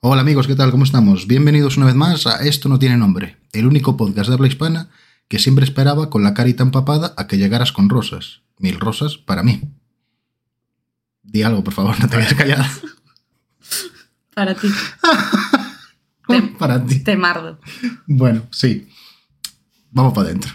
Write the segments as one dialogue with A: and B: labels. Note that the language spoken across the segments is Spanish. A: Hola amigos, ¿qué tal? ¿Cómo estamos? Bienvenidos una vez más a Esto no tiene nombre, el único podcast de habla hispana que siempre esperaba con la cara y tan papada a que llegaras con rosas. Mil rosas para mí. Di algo, por favor, no te vayas callada.
B: Para ti, Te-
A: para ti.
B: te mardo.
A: Bueno, sí. Vamos para adentro.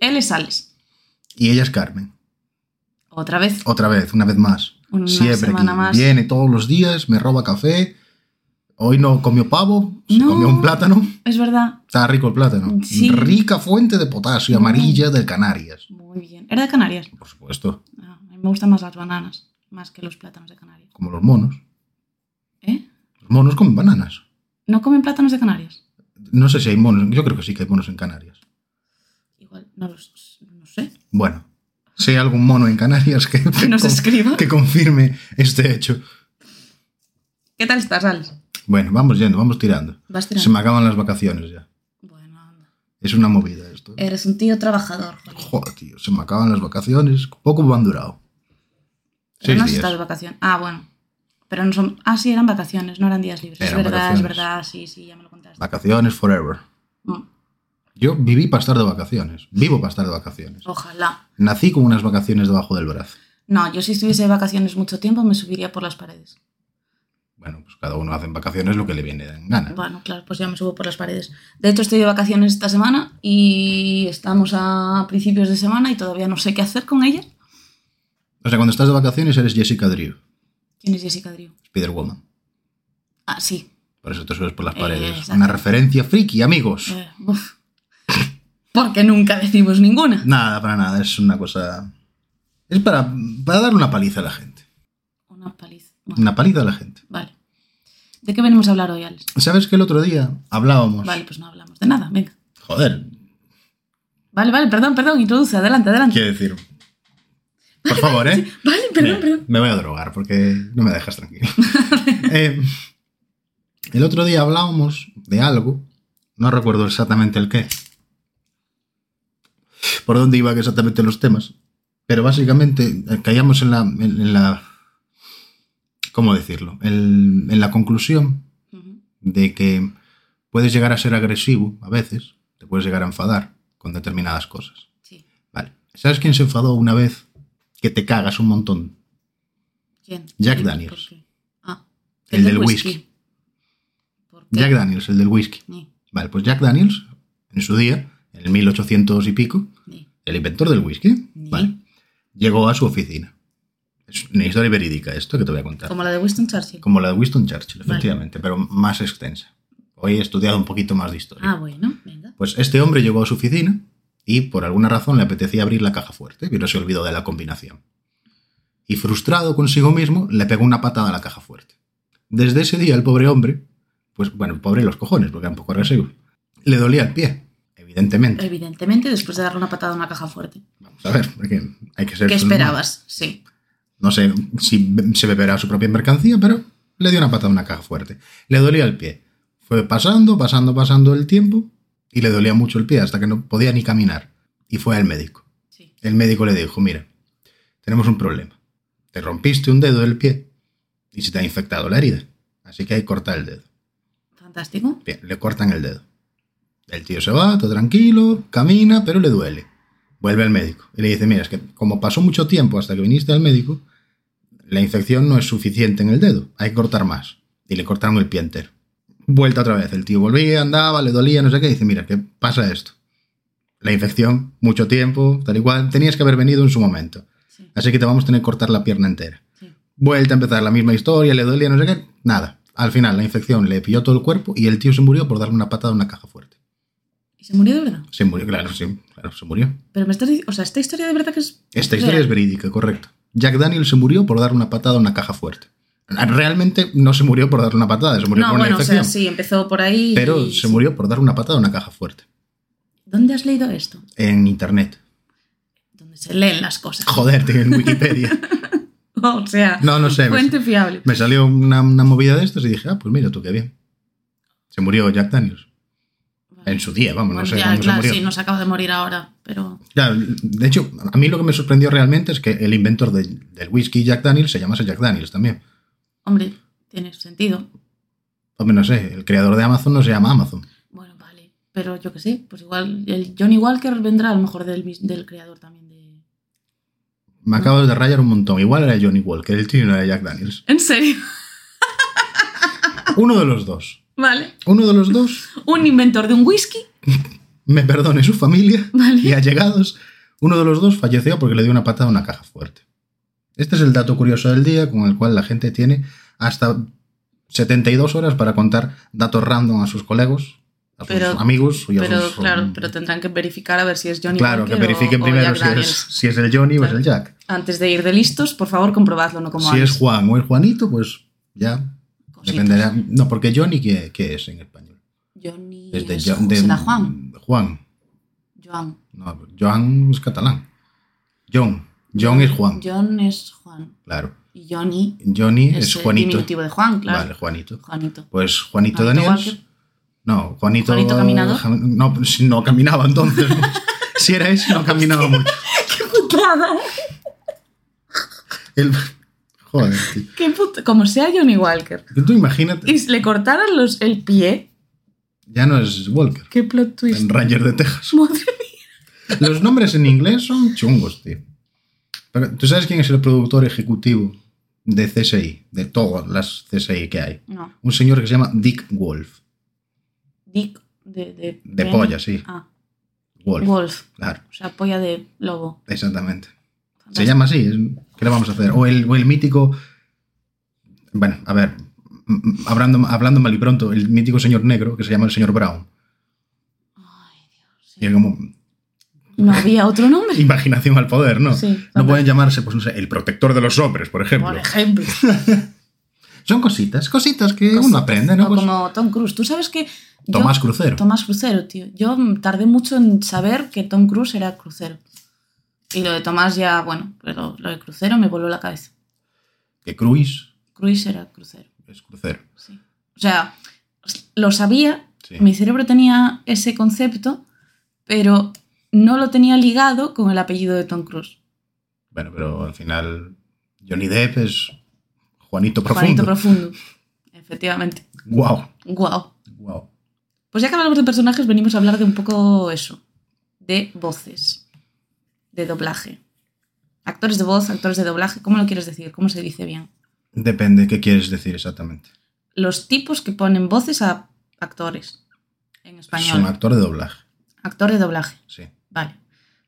B: Él es Alex.
A: Y ella es Carmen.
B: Otra vez.
A: Otra vez, una vez más.
B: Una
A: Siempre
B: semana
A: aquí.
B: más.
A: viene todos los días, me roba café. Hoy no comió pavo, se
B: No.
A: comió un plátano.
B: Es verdad.
A: Está rico el plátano.
B: Sí.
A: Rica fuente de potasio amarilla de Canarias.
B: Muy bien. ¿Era de Canarias?
A: Por supuesto,
B: Ah, a mí me gustan más las bananas, más que los plátanos de Canarias.
A: como los monos.
B: ¿Eh?
A: Los monos comen bananas.
B: ¿No comen plátanos de Canarias?
A: No sé si hay monos. Yo creo que sí que hay monos en Canarias.
B: Igual, no los no sé.
A: Bueno, si hay algún mono en Canarias que,
B: Que nos
A: con-
B: escriba.
A: que confirme este hecho.
B: ¿Qué tal estás, Alex?
A: Bueno, vamos yendo, vamos tirando.
B: ¿Vas
A: Se
B: tirando?
A: me acaban las vacaciones ya.
B: Bueno, anda.
A: Es una movida esto.
B: Eres un tío trabajador. joder.
A: Joder, tío, se me acaban las vacaciones. Poco me han durado.
B: Pero
A: Seis
B: no has
A: días.
B: estado de vacación. Ah, bueno. Pero no son... Ah, sí, eran vacaciones, no eran días libres.
A: Eran
B: es verdad,
A: vacaciones.
B: es verdad. Sí, sí, ya me lo contaste.
A: Vacaciones forever.
B: Mm,
A: Yo viví para estar de vacaciones. Vivo para estar de vacaciones.
B: Ojalá.
A: Nací con unas vacaciones debajo del brazo.
B: No, yo si estuviese de vacaciones mucho tiempo me subiría por las paredes.
A: Bueno, pues cada uno hace en vacaciones lo que le viene en gana.
B: Bueno, claro, pues ya me subo por las paredes. De hecho, estoy de vacaciones esta semana y estamos a principios de semana y todavía no sé qué hacer con ella.
A: O sea, cuando estás de vacaciones eres Jessica Drew,
B: ¿Quién es Jessica Drew?
A: Spider-Woman.
B: Ah, sí.
A: Por eso te subes por las
B: Eh,
A: paredes.
B: exacto.
A: Una referencia friki, amigos.
B: eh, uf. Porque nunca decimos ninguna.
A: Nada, para nada. Es una cosa... Es para, para darle una paliza a la gente.
B: Una paliza. Bueno,
A: Una paliza a la gente.
B: Vale. ¿De qué venimos a hablar hoy, Alex?
A: ¿Sabes que el otro día hablábamos...
B: Vale, pues no hablamos de nada, venga.
A: Joder,
B: Vale, vale, perdón, perdón, introduce, adelante, adelante.
A: quiero decir... Por favor, ¿eh?
B: Vale,
A: Mira,
B: perdón, perdón.
A: Me voy a drogar porque no me dejas tranquilo. Eh, el otro día hablábamos de algo, no recuerdo exactamente el qué, por dónde iban exactamente los temas, pero básicamente eh, caíamos en la, en, en la ¿cómo decirlo? El- en la conclusión
B: Ujú,
A: de que puedes llegar a ser agresivo a veces, te puedes llegar a enfadar con determinadas cosas.
B: Sí.
A: Vale. ¿Sabes quién se enfadó una vez que te cagas un montón?
B: ¿Quién?
A: Jack
B: Sí,
A: Daniels.
B: ¿por qué? Ah,
A: El del whisky.
B: ¿Por qué?
A: Jack Daniels, el del whisky.
B: Ni,
A: Vale, pues Jack Daniels, en su día, en el 1800 y pico,
B: ni,
A: el inventor del whisky,
B: ni.
A: vale, llegó a su oficina. Es una historia verídica esto que te voy a contar.
B: Como la de Winston Churchill.
A: Como la de Winston Churchill,
B: Vale.
A: efectivamente, pero más extensa. Hoy he estudiado un poquito más de historia.
B: Ah, bueno, venga.
A: Pues este hombre llegó a su oficina y por alguna razón le apetecía abrir la caja fuerte, pero se olvidó de la combinación. Y frustrado consigo mismo, le pegó una patada a la caja fuerte. Desde ese día el pobre hombre, pues bueno, pobre los cojones, porque era un poco agresivo, le dolía el pie, evidentemente.
B: Eh, Evidentemente, después de darle una patada a una caja fuerte.
A: Vamos a ver, porque hay que ser...
B: ¿Qué esperabas? Sí.
A: No sé si be- se beberá su propia mercancía, pero le dio una patada a una caja fuerte. Le dolía el pie. Fue pasando, pasando, pasando el tiempo y le dolía mucho el pie hasta que no podía ni caminar. Y fue al médico.
B: sí.
A: El médico le dijo, mira, tenemos un problema. Te rompiste un dedo del pie y se te ha infectado la herida. Así que hay que cortar el dedo.
B: Fantástico.
A: Bien, le cortan el dedo. El tío se va, todo tranquilo, camina, pero le duele. Vuelve al médico y le dice, mira, es que como pasó mucho tiempo hasta que viniste al médico, la infección no es suficiente en el dedo, hay que cortar más. Y le cortaron el pie entero. Vuelta otra vez, el tío volvía, andaba, le dolía, no sé qué, y dice, mira, ¿qué pasa esto? La infección, mucho tiempo, tal y cual, tenías que haber venido en su momento.
B: Sí,
A: Así que te vamos a tener que cortar la pierna entera.
B: sí.
A: Vuelta a empezar la misma historia, le dolía, no sé qué. Nada. Al final, la infección le pilló todo el cuerpo y el tío se murió por darle una patada a una caja fuerte.
B: ¿Y se murió de verdad?
A: Se murió, claro, sí, claro, se murió.
B: Pero me estás diciendo. O sea, esta historia de verdad que es.
A: Esta historia
B: real?
A: es verídica, correcto. Jack Daniel se murió por darle una patada a una caja fuerte. Realmente no se murió por darle una patada, se murió
B: No,
A: por una
B: bueno, o
A: infección.
B: sea, sí, empezó por ahí. y-
A: Pero se murió por dar una patada a una caja fuerte.
B: ¿Dónde has leído esto?
A: En internet.
B: Donde se leen las cosas.
A: Joder, tío, en Wikipedia.
B: O sea,
A: No, no sé. Me,
B: fuente fiable.
A: me salió una, una movida de estas y dije, ah, pues mira tú qué bien. Se murió Jack Daniels.
B: Vale.
A: En su día, vamos,
B: Bueno,
A: no sé
B: ya,
A: cuándo
B: claro,
A: se murió.
B: sí, nos acaba de morir ahora, pero
A: Claro, de hecho, a mí lo que me sorprendió realmente es que el inventor de- del whisky Jack Daniels se llamase Jack Daniels también.
B: hombre, tiene sentido.
A: Hombre, no sé, el creador de Amazon no se llama Amazon.
B: Bueno, vale, pero yo que sé, pues igual el Johnny Walker vendrá a lo mejor del, mis- del creador también de...
A: Me acabo de rayar un montón. Igual era Johnny Walker, el tío no era Jack Daniels.
B: ¿En serio?
A: Uno de los dos.
B: Vale.
A: Uno de los dos,
B: Un inventor de un whisky,
A: me perdone su familia
B: vale.
A: y allegados. Uno de los dos falleció porque le dio una patada a una caja fuerte. Este es el dato curioso del día con el cual la gente tiene hasta 72 horas para contar datos random a sus colegas, a sus
B: Pero-
A: amigos y a
B: Pero
A: sus-
B: claro, pero tendrán que verificar a ver si es Johnny
A: Claro, que
B: Walker
A: verifiquen
B: o- o
A: primero
B: Jack
A: si es,
B: Daniels.
A: si es el Johnny o es
B: Claro.
A: el Jack.
B: Antes de ir de listos, por favor, comprobadlo, no como
A: si
B: antes.
A: es Juan o es Juanito, pues ya
B: Cositas.
A: dependerá. No, porque Johnny, ¿qué, qué es en español?
B: Johnny
A: Es de
B: es-
A: Jo- de-
B: será Juan.
A: Juan.
B: Joan.
A: No, Joan es catalán. John. John es Juan,
B: John es Juan.
A: claro.
B: Y Johnny
A: Johnny
B: es,
A: es,
B: el
A: Juanito.
B: diminutivo de Juan, claro.
A: Vale, Juanito.
B: Juanito.
A: Pues Juanito
B: Juanito
A: Daniels.
B: Walker.
A: No, Juanito.
B: Juanito Caminador.
A: Jam- No, pues, no caminaba entonces. si era ese, no caminaba mucho.
B: ¡Qué putada!
A: El- Joder, tío.
B: ¡Qué put- Como sea Johnny Walker.
A: Tú imagínate,
B: Y si le cortaran los, el pie,
A: ya no es Walker,
B: qué plot twist.
A: en Ranger de Texas.
B: Madre mía.
A: Los nombres en inglés son chungos, tío. Pero, ¿Tú sabes quién es el productor ejecutivo de CSI? De todas las CSI que hay.
B: No.
A: Un señor que se llama Dick Wolf.
B: Dick de... De,
A: De polla, sí.
B: Ah,
A: Wolf.
B: Wolf.
A: Claro,
B: O sea, polla de lobo.
A: exactamente. Se llama así. es- ¿Qué le vamos a hacer? O el, o el mítico... Bueno, a ver. m- m- Hablando, hablando mal y pronto, el mítico señor negro que se llama el señor Brown.
B: Ay, Dios. sí.
A: Y es como...
B: No había otro nombre.
A: Imaginación al poder, ¿no?
B: Sí,
A: no
B: fantástico.
A: pueden llamarse, pues no sé, el protector de los hombres, por ejemplo.
B: Por ejemplo.
A: Son cositas, cositas que uno
B: Cositas.
A: aprende, ¿no?
B: O
A: Pues-
B: como Tom Cruise. Tú sabes que. yo-
A: Tomás Crucero.
B: Tomás Crucero, tío. Yo mm, tardé mucho en saber que Tom Cruise era crucero. Y lo de Tomás ya, bueno, pero lo de crucero me voló la cabeza.
A: que Cruis
B: Cruise era crucero,
A: es crucero.
B: sí. O sea, lo sabía,
A: Sí.
B: mi cerebro tenía ese concepto, pero no lo tenía ligado con el apellido de Tom Cruise.
A: Bueno, pero al final Johnny Depp es Juanito
B: Juanito
A: Profundo.
B: profundo. Efectivamente.
A: Guau,
B: Guau.
A: guau.
B: Pues ya que hablamos de personajes, venimos a hablar de un poco eso, de voces, de doblaje. Actores de voz, actores de doblaje, ¿cómo lo quieres decir? ¿Cómo se dice bien?
A: Depende qué quieres decir exactamente.
B: Los tipos que ponen voces a actores en
A: Es un
B: español.
A: actor de doblaje,
B: Actor de doblaje,
A: sí.
B: vale.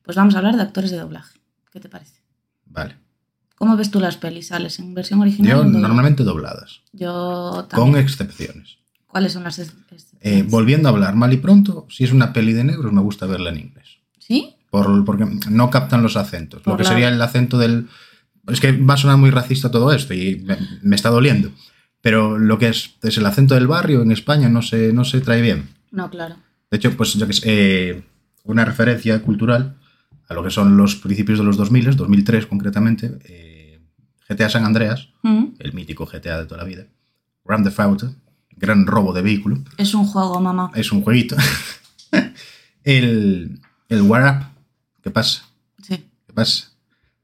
B: Pues vamos a hablar de actores de doblaje. ¿Qué te parece?
A: Vale.
B: ¿Cómo ves tú las pelis? ¿Sales en versión original? o
A: Yo
B: en doblaje?
A: normalmente dobladas,
B: Yo
A: con
B: también.
A: excepciones.
B: ¿Cuáles son las ex-
A: Eh,
B: excepciones?
A: volviendo a hablar mal y pronto, si es una peli de negros me gusta verla en inglés.
B: ¿Sí?
A: Por- porque no captan los acentos. Lo
B: Por
A: que
B: la-
A: sería el acento del... Es que va a sonar muy racista todo esto y me, me está doliendo. Pero lo que es, es el acento del barrio en España no se, no se trae bien.
B: No, claro.
A: De hecho, pues yo que sé, eh, una referencia cultural a lo que son los principios de los 2000, 2003 concretamente, eh, GTA San Andreas,
B: Mm.
A: el mítico GTA de toda la vida, Grand Theft Auto, gran robo de vehículo,
B: Es un juego, mamá.
A: es un jueguito. el, el War Up, ¿qué pasa?
B: Sí.
A: ¿Qué pasa?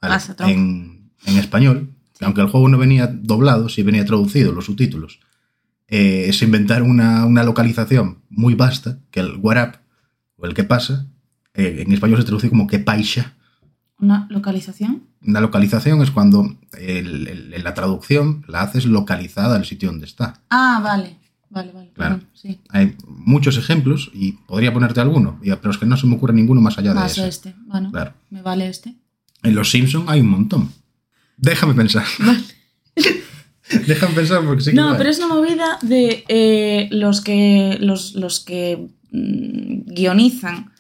A: Vale,
B: Pasa, tronco.
A: en, en español, que aunque el juego no venía doblado, sí venía traducido, los subtítulos. eh, se inventaron una, una localización muy vasta, que el Warap, o el que pasa, eh, en español se traduce como que paisa.
B: ¿Una localización?
A: Una localización es cuando el- el- la traducción la haces localizada al sitio donde está.
B: Ah, vale, vale, vale.
A: Claro.
B: perdón, sí.
A: Hay muchos ejemplos y podría ponerte alguno, y- pero es que no se me ocurre ninguno más allá de
B: Más
A: eso.
B: este. Bueno,
A: Claro.
B: me vale este.
A: En Los Simpsons hay un montón. Déjame pensar. Déjame pensar porque sí que
B: no,
A: lo hay.
B: pero es una movida de eh, los que, los, los que mm, guionizan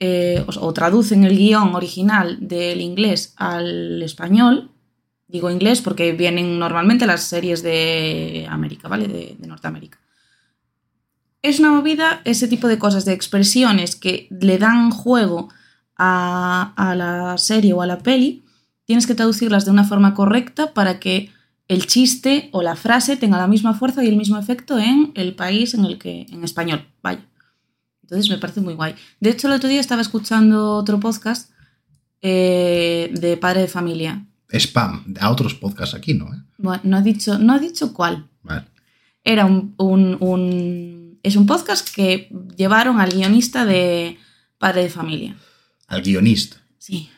B: eh, o, o traducen el guión original del inglés al español. Digo inglés porque vienen normalmente las series de América, ¿vale? De, de Norteamérica. Es una movida ese tipo de cosas, de expresiones que le dan juego a, a la serie o a la peli. Tienes que traducirlas de una forma correcta para que el chiste o la frase tenga la misma fuerza y el mismo efecto en el país en el que, en español, vaya. Entonces me parece muy guay. De hecho, el otro día estaba escuchando otro podcast eh, de padre de familia.
A: Spam, a otros podcasts aquí, ¿no? eh?
B: Bueno, no ha dicho, no ha dicho cuál.
A: Vale.
B: Era un, un- un- Es un podcast que llevaron al guionista de padre de familia.
A: Al guionista.
B: Sí.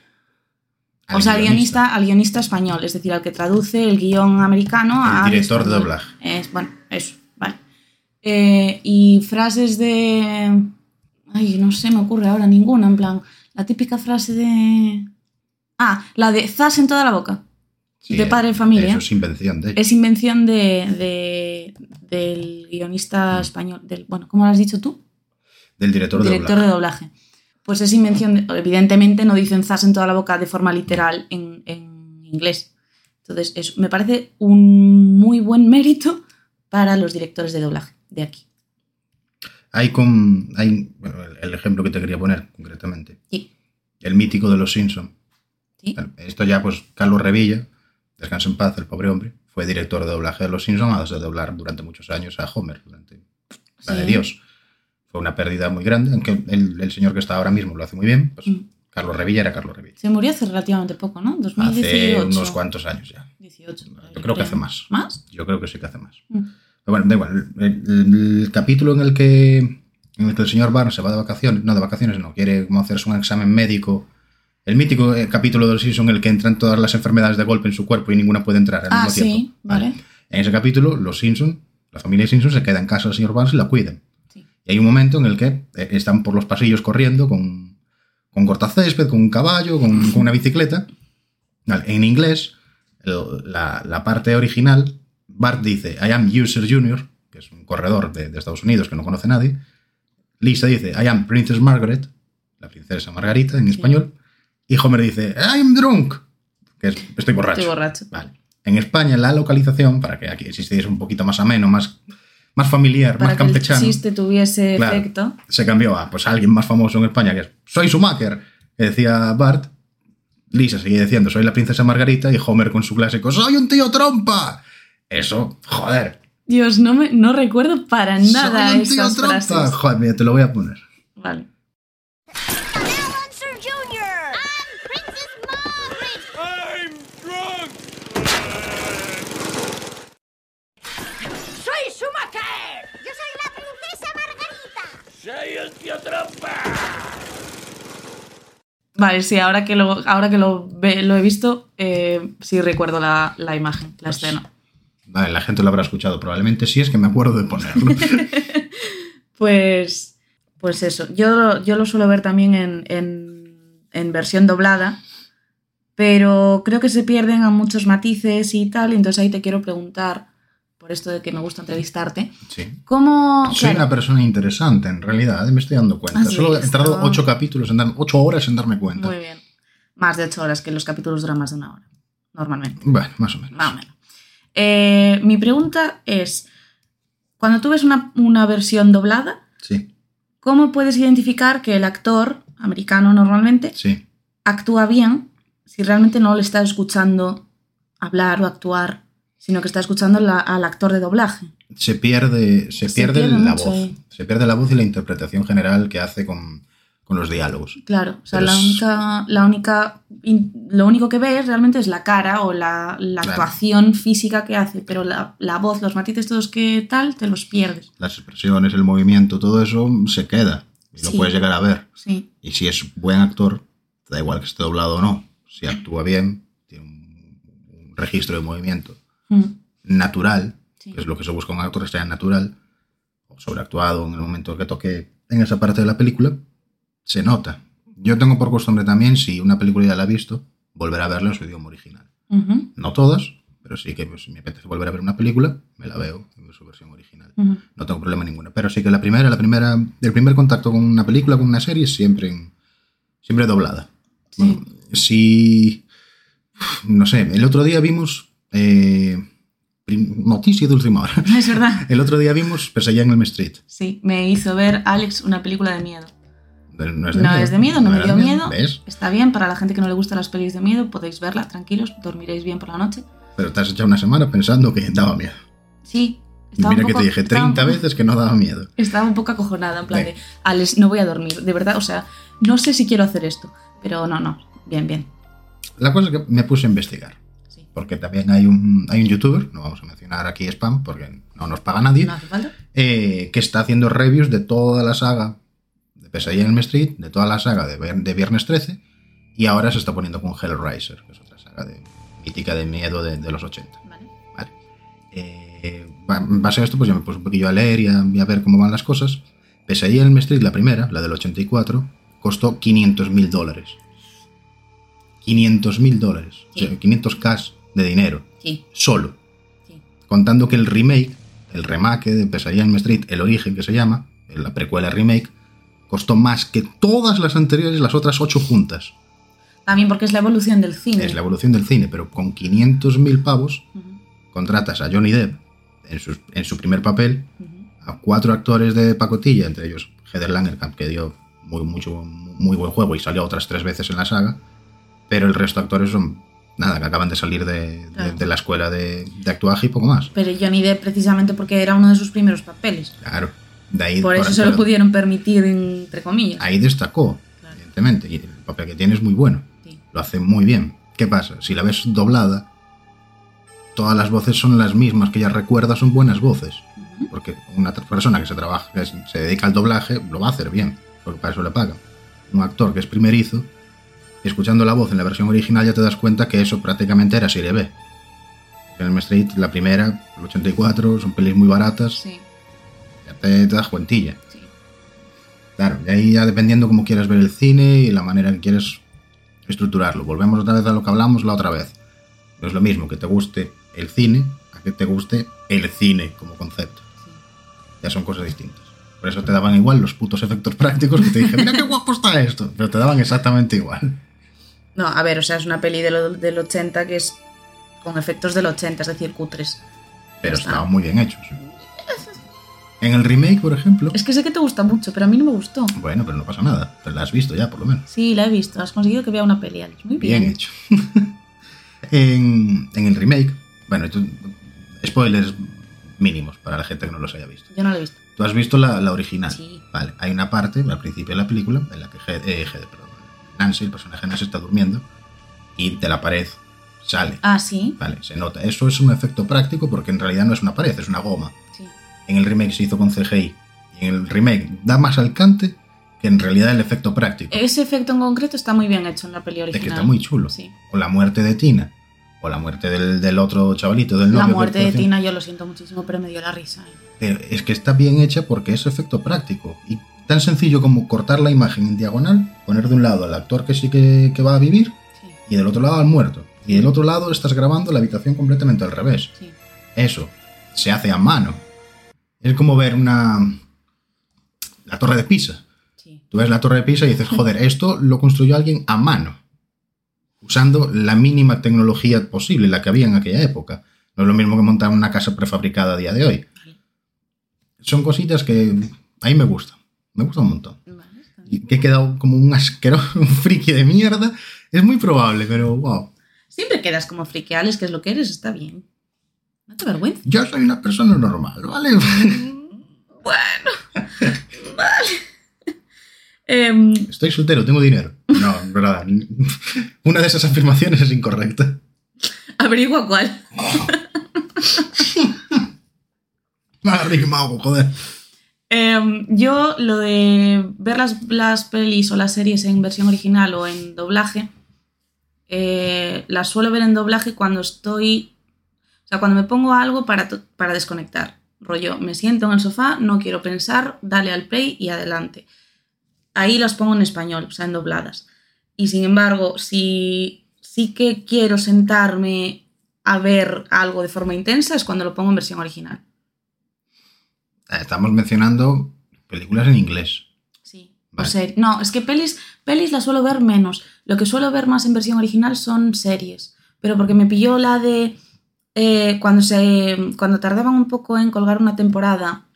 A: Al
B: o sea, al guionista, al guionista español, es decir, al que traduce el guión americano
A: El
B: al
A: director de
B: español.
A: doblaje.
B: Es, bueno, eso, vale. Eh, y frases de. Ay, no sé, me ocurre ahora ninguna, en plan. La típica frase de. Ah, la de zas en toda la boca.
A: Sí,
B: de
A: eh,
B: padre de familia.
A: Eso es invención de ellos.
B: Es invención de, de- del guionista español. Del, bueno, ¿cómo lo has dicho tú?
A: Del director de
B: Director
A: doblaje.
B: de doblaje. Pues es invención. de- evidentemente no dicen zas en toda la boca de forma literal en, en inglés. Entonces, eso me parece un muy buen mérito para los directores de doblaje de aquí.
A: Hay con. Hay, bueno, el, el ejemplo que te quería poner, concretamente.
B: Sí.
A: El mítico de los Simpson.
B: ¿sí?
A: Bueno, Esto ya, pues, Carlos Revilla, descansa en paz, el pobre hombre, fue director de doblaje de los Simpson, ha de doblar durante muchos años a Homer, durante la de
B: Sí.
A: Dios. Fue una pérdida muy grande, aunque el, el señor que está ahora mismo lo hace muy bien, pues
B: Mm.
A: Carlos Revilla era Carlos Revilla.
B: Se murió hace relativamente poco, ¿no?
A: Hace
B: 2018.
A: unos cuantos años ya.
B: 18,
A: Yo creo que hace más.
B: ¿Más?
A: Yo creo que sí que hace más.
B: Mm.
A: Pero bueno, da igual. El, el- el capítulo en el que en el que el señor Barnes se va de vacaciones, no de vacaciones, no, quiere como hacerse un examen médico. El mítico eh, capítulo del Simpson en el que entran todas las enfermedades de golpe en su cuerpo y ninguna puede entrar al
B: Ah,
A: mismo
B: sí,
A: tiempo.
B: vale.
A: En ese capítulo, los Simpson, la familia Simpson se queda en casa del señor Barnes y la cuidan.
B: Sí.
A: Y hay un momento en el que eh, están por los pasillos corriendo con, con cortacésped, con un caballo, con, con una bicicleta. Vale, en inglés, el- la, la parte original, Bart dice, I am User Junior, que es un corredor de, de Estados Unidos que no conoce nadie. Lisa dice, I am Princess Margaret, la princesa Margarita en español. Y Homer dice, I am drunk, que es, estoy borracho.
B: Estoy borracho.
A: Vale. En España, la localización, para que aquí existiese un poquito más ameno, más, más familiar,
B: Para
A: más
B: que el
A: campechano,
B: chiste tuviese
A: Claro.
B: efecto.
A: se cambió a pues, a alguien más famoso en España, que es Soy Schumacher, que decía Bart. Lisa seguía diciendo Soy la princesa Margarita y Homer con su clásico Soy un tío trompa. Eso, joder.
B: Dios, no, me, no recuerdo para nada
A: soy un tío
B: esas
A: trompa.
B: frases.
A: Joder, mira, te lo voy a poner.
B: Vale.
C: Alan Sir Jr. I'm Princess Margaret.
D: I'm drunk!
C: Soy Schumacher. Yo soy la princesa Margarita.
D: Soy un tío trompa!
B: Vale, sí, ahora que lo, ahora que lo, ve- lo he visto, eh, sí recuerdo la, la imagen, la escena.
A: Vale, la gente lo habrá escuchado probablemente, si es que me acuerdo de ponerlo.
B: Pues, pues eso. Yo, lo- yo lo suelo ver también en, en- en versión doblada, pero creo que se pierden a muchos matices y tal. y Entonces ahí te quiero preguntar, por esto de que me gusta entrevistarte,
A: sí.
B: ¿cómo.
A: Soy
B: claro,
A: una persona interesante, en realidad, me estoy dando cuenta.
B: Has
A: Solo he
B: visto.
A: tardado ocho capítulos, en darme- ocho horas en darme cuenta.
B: Muy bien. Más de ocho horas que los capítulos duran más de una hora, normalmente.
A: Bueno, más o menos.
B: Más o menos. Eh, mi pregunta es, cuando tú ves una, una versión doblada,
A: Sí,
B: ¿cómo puedes identificar que el actor, americano normalmente,
A: sí.
B: actúa bien si realmente no le está escuchando hablar o actuar, sino que está escuchando la- al actor de doblaje?
A: Se pierde, se
B: Se
A: pierde,
B: pierde
A: la
B: mucho,
A: voz.
B: eh.
A: Se pierde la voz y la interpretación general que hace con, con los diálogos.
B: Claro, o sea,
A: Pero
B: la
A: es-
B: única, la única, in- lo único que ves realmente es la cara o la, la
A: Claro.
B: actuación física que hace, pero la, la voz, los matices todos que tal, te los pierdes.
A: Las expresiones, el movimiento, todo eso se queda. Y lo
B: Sí.
A: puedes llegar a ver.
B: Sí.
A: Y si es buen actor, te da igual que esté doblado o no. Si actúa bien, tiene un, un registro de movimiento
B: Mm,
A: natural,
B: sí.
A: que es lo que se busca en un actor que sea natural, o sobreactuado en el momento que toque en esa parte de la película, se nota. Yo tengo por costumbre también, si una película ya la he visto, volver a verla en su idioma original.
B: Ujú,
A: No todas, pero sí que pues, si me apetece volver a ver una película, me la veo en su versión original.
B: ujú.
A: No tengo problema ninguno. Pero sí que la primera, la primera, el primer contacto con una película, con una serie, es siempre, en- siempre doblada.
B: Sí.
A: Bueno, si. No sé, el otro día vimos. Eh, prim- noticia de última hora.
B: Es verdad.
A: El otro día vimos Pesadilla en el Street.
B: Sí, me hizo ver Alex una película de miedo.
A: No
B: No es de miedo, no me
A: era
B: dio
A: de
B: miedo.
A: ¿Ves?
B: Está bien, para la gente que no le gustan las pelis de miedo, podéis verla, tranquilos, dormiréis bien por la noche.
A: Pero te has echado una semana pensando que daba miedo.
B: Sí.
A: Y
B: estaba un
A: mira que
B: poco-
A: te dije
B: estaba un
A: 30
B: poco-
A: veces que no daba miedo.
B: Estaba un poco acojonada, en plan
A: Bien.
B: de, Alex, no voy a dormir, de verdad, o sea, no sé si quiero hacer esto, pero no, no, bien, bien.
A: La cosa es que me puse a investigar.
B: Sí.
A: Porque también hay un, hay un youtuber, no vamos a mencionar aquí spam porque no nos paga nadie,
B: ¿No hace falta?
A: eh, que está haciendo reviews de toda la saga de Pesadilla en el Street, de toda la saga de, Vier- de Viernes 13, y ahora se está poniendo con Hellraiser, que es otra saga de, mítica de miedo de, de los 80.
B: Vale.
A: Vale. Eh, ba- en base a esto, pues yo me puse un poquillo a leer y a, y a ver cómo van las cosas. Pesadilla en el Street, la primera, la del 84, costó 500 mil dólares. 500 mil dólares. O sea,
B: Sí.
A: 500 k de dinero.
B: Sí,
A: Solo.
B: sí.
A: Contando que el remake, el remake de Pesadilla en el Street, el origen que se llama, la precuela remake, costó más que todas las anteriores, las otras 8 juntas.
B: También porque es la evolución del cine.
A: Es la evolución del cine, pero con 500 mil pavos
B: Ujú,
A: contratas a Johnny Depp en sus- en su, primer papel,
B: ujú.
A: a cuatro actores de pacotilla, entre ellos Heather Langenkamp, que dio muy, mucho, muy buen juego y salió otras tres veces en la saga, pero el resto de actores son nada, que acaban de salir de, de-
B: Claro.
A: de la escuela de, de actuaje y poco más.
B: Pero Johnny Depp precisamente porque era uno de sus primeros papeles.
A: Claro, de ahí,
B: Por eso se lo
A: pero
B: pudieron permitir, entre comillas.
A: ahí destacó,
B: Claro.
A: evidentemente, y el papel que tiene es muy bueno,
B: Sí.
A: lo hace muy bien. ¿Qué pasa? Si la ves doblada, todas las voces son las mismas que ya recuerdas, son buenas voces.
B: Ujú.
A: porque una tra- persona que se trabaja, que se se dedica al doblaje, lo va a hacer bien, porque para eso le pagan. Un actor que es primerizo, escuchando la voz en la versión original ya te das cuenta que eso prácticamente era serie B. En el Street, la primera, el 84, son pelis muy baratas,
B: Sí,
A: ya te, te das cuentilla.
B: sí.
A: Claro, y ahí ya dependiendo cómo quieras ver el cine y la manera que quieres estructurarlo. Volvemos otra vez a lo que hablamos la otra vez. No es lo mismo que te guste el cine a que te guste el cine como concepto
B: sí.
A: ya son cosas distintas. Por eso te daban igual los putos efectos prácticos que te dije, mira qué guapo está esto, pero te daban exactamente igual.
B: No, a ver, o sea, es una peli de lo- del 80 que es con efectos del 80, es decir, cutres.
A: Pero
B: Ya está.
A: estaban muy bien hechos. En el remake, por ejemplo,
B: Es que sé que te gusta mucho, pero a mí no me gustó.
A: bueno, pero no pasa nada, pero la has visto ya, por lo menos.
B: Sí, la he visto, has conseguido que vea una peli, Alex. Muy bien.
A: Bien hecho. en, en el remake, bueno, tú- spoilers mínimos para la gente que no los haya visto.
B: Yo no la he visto.
A: Tú has visto la, la original.
B: Sí.
A: Vale, hay una parte al principio de la película en la que Head- eh, Heather, perdón, Nancy, el personaje de Nancy, está durmiendo y de la pared sale.
B: Ah, sí.
A: Vale, se nota. Eso es un efecto práctico porque en realidad no es una pared, es una goma.
B: Sí.
A: En el remake se hizo con CGI. Y en el remake da más alcance que en realidad el efecto práctico.
B: Ese efecto en concreto está muy bien hecho en la peli
A: de
B: original.
A: que está muy chulo.
B: Sí.
A: O la muerte de Tina. O la muerte del, del otro chavalito, del novio.
B: La
A: que-
B: muerte de
A: que-
B: Tina, yo lo siento muchísimo, pero me dio la risa. ¿eh?
A: Pero es que está bien hecha porque es efecto práctico. Y tan sencillo como cortar la imagen en diagonal, poner de un lado al actor que sí que, que va a vivir
B: Sí,
A: y del otro lado al muerto. Y del otro lado estás grabando la habitación completamente al revés.
B: sí.
A: Eso se hace a mano. Es como ver una. La Torre de Pisa.
B: sí.
A: Tú ves la Torre de Pisa y dices, joder, esto lo construyó alguien a mano. Usando la mínima tecnología posible, la que había en aquella época. No es lo mismo que montar una casa prefabricada a día de hoy. Son cositas que a mí me gustan. Me gusta un montón.
B: Vale, está bien.
A: Y que he quedado como un asqueroso, un friki de mierda. Es muy probable, pero wow.
B: Siempre quedas como friki, Alex, que es lo que eres, está bien. No te avergüences.
A: Yo soy una persona normal, ¿vale?
B: Bueno, vale. Em,
A: Estoy soltero, tengo dinero. No, en verdad. Una de esas afirmaciones es incorrecta.
B: averigua cuál.
A: Mal arrimado, joder.
B: Em, yo lo de ver las, las pelis o las series en versión original o en doblaje, eh, las suelo ver en doblaje cuando estoy, o sea, cuando me pongo a algo para, to- para desconectar. Rollo, me siento en el sofá, no quiero pensar, dale al play y adelante. Ahí las pongo en español, o sea, en dobladas. Y sin embargo, si sí que quiero sentarme a ver algo de forma intensa, es cuando lo pongo en versión original.
A: Eh, Estamos mencionando películas en inglés.
B: Sí.
A: Vale.
B: O ser- no, es que pelis, pelis las suelo ver menos. Lo que suelo ver más en versión original son series. Pero porque me pilló la de. eh, cuando se. Cuando tardaban un poco en colgar una temporada.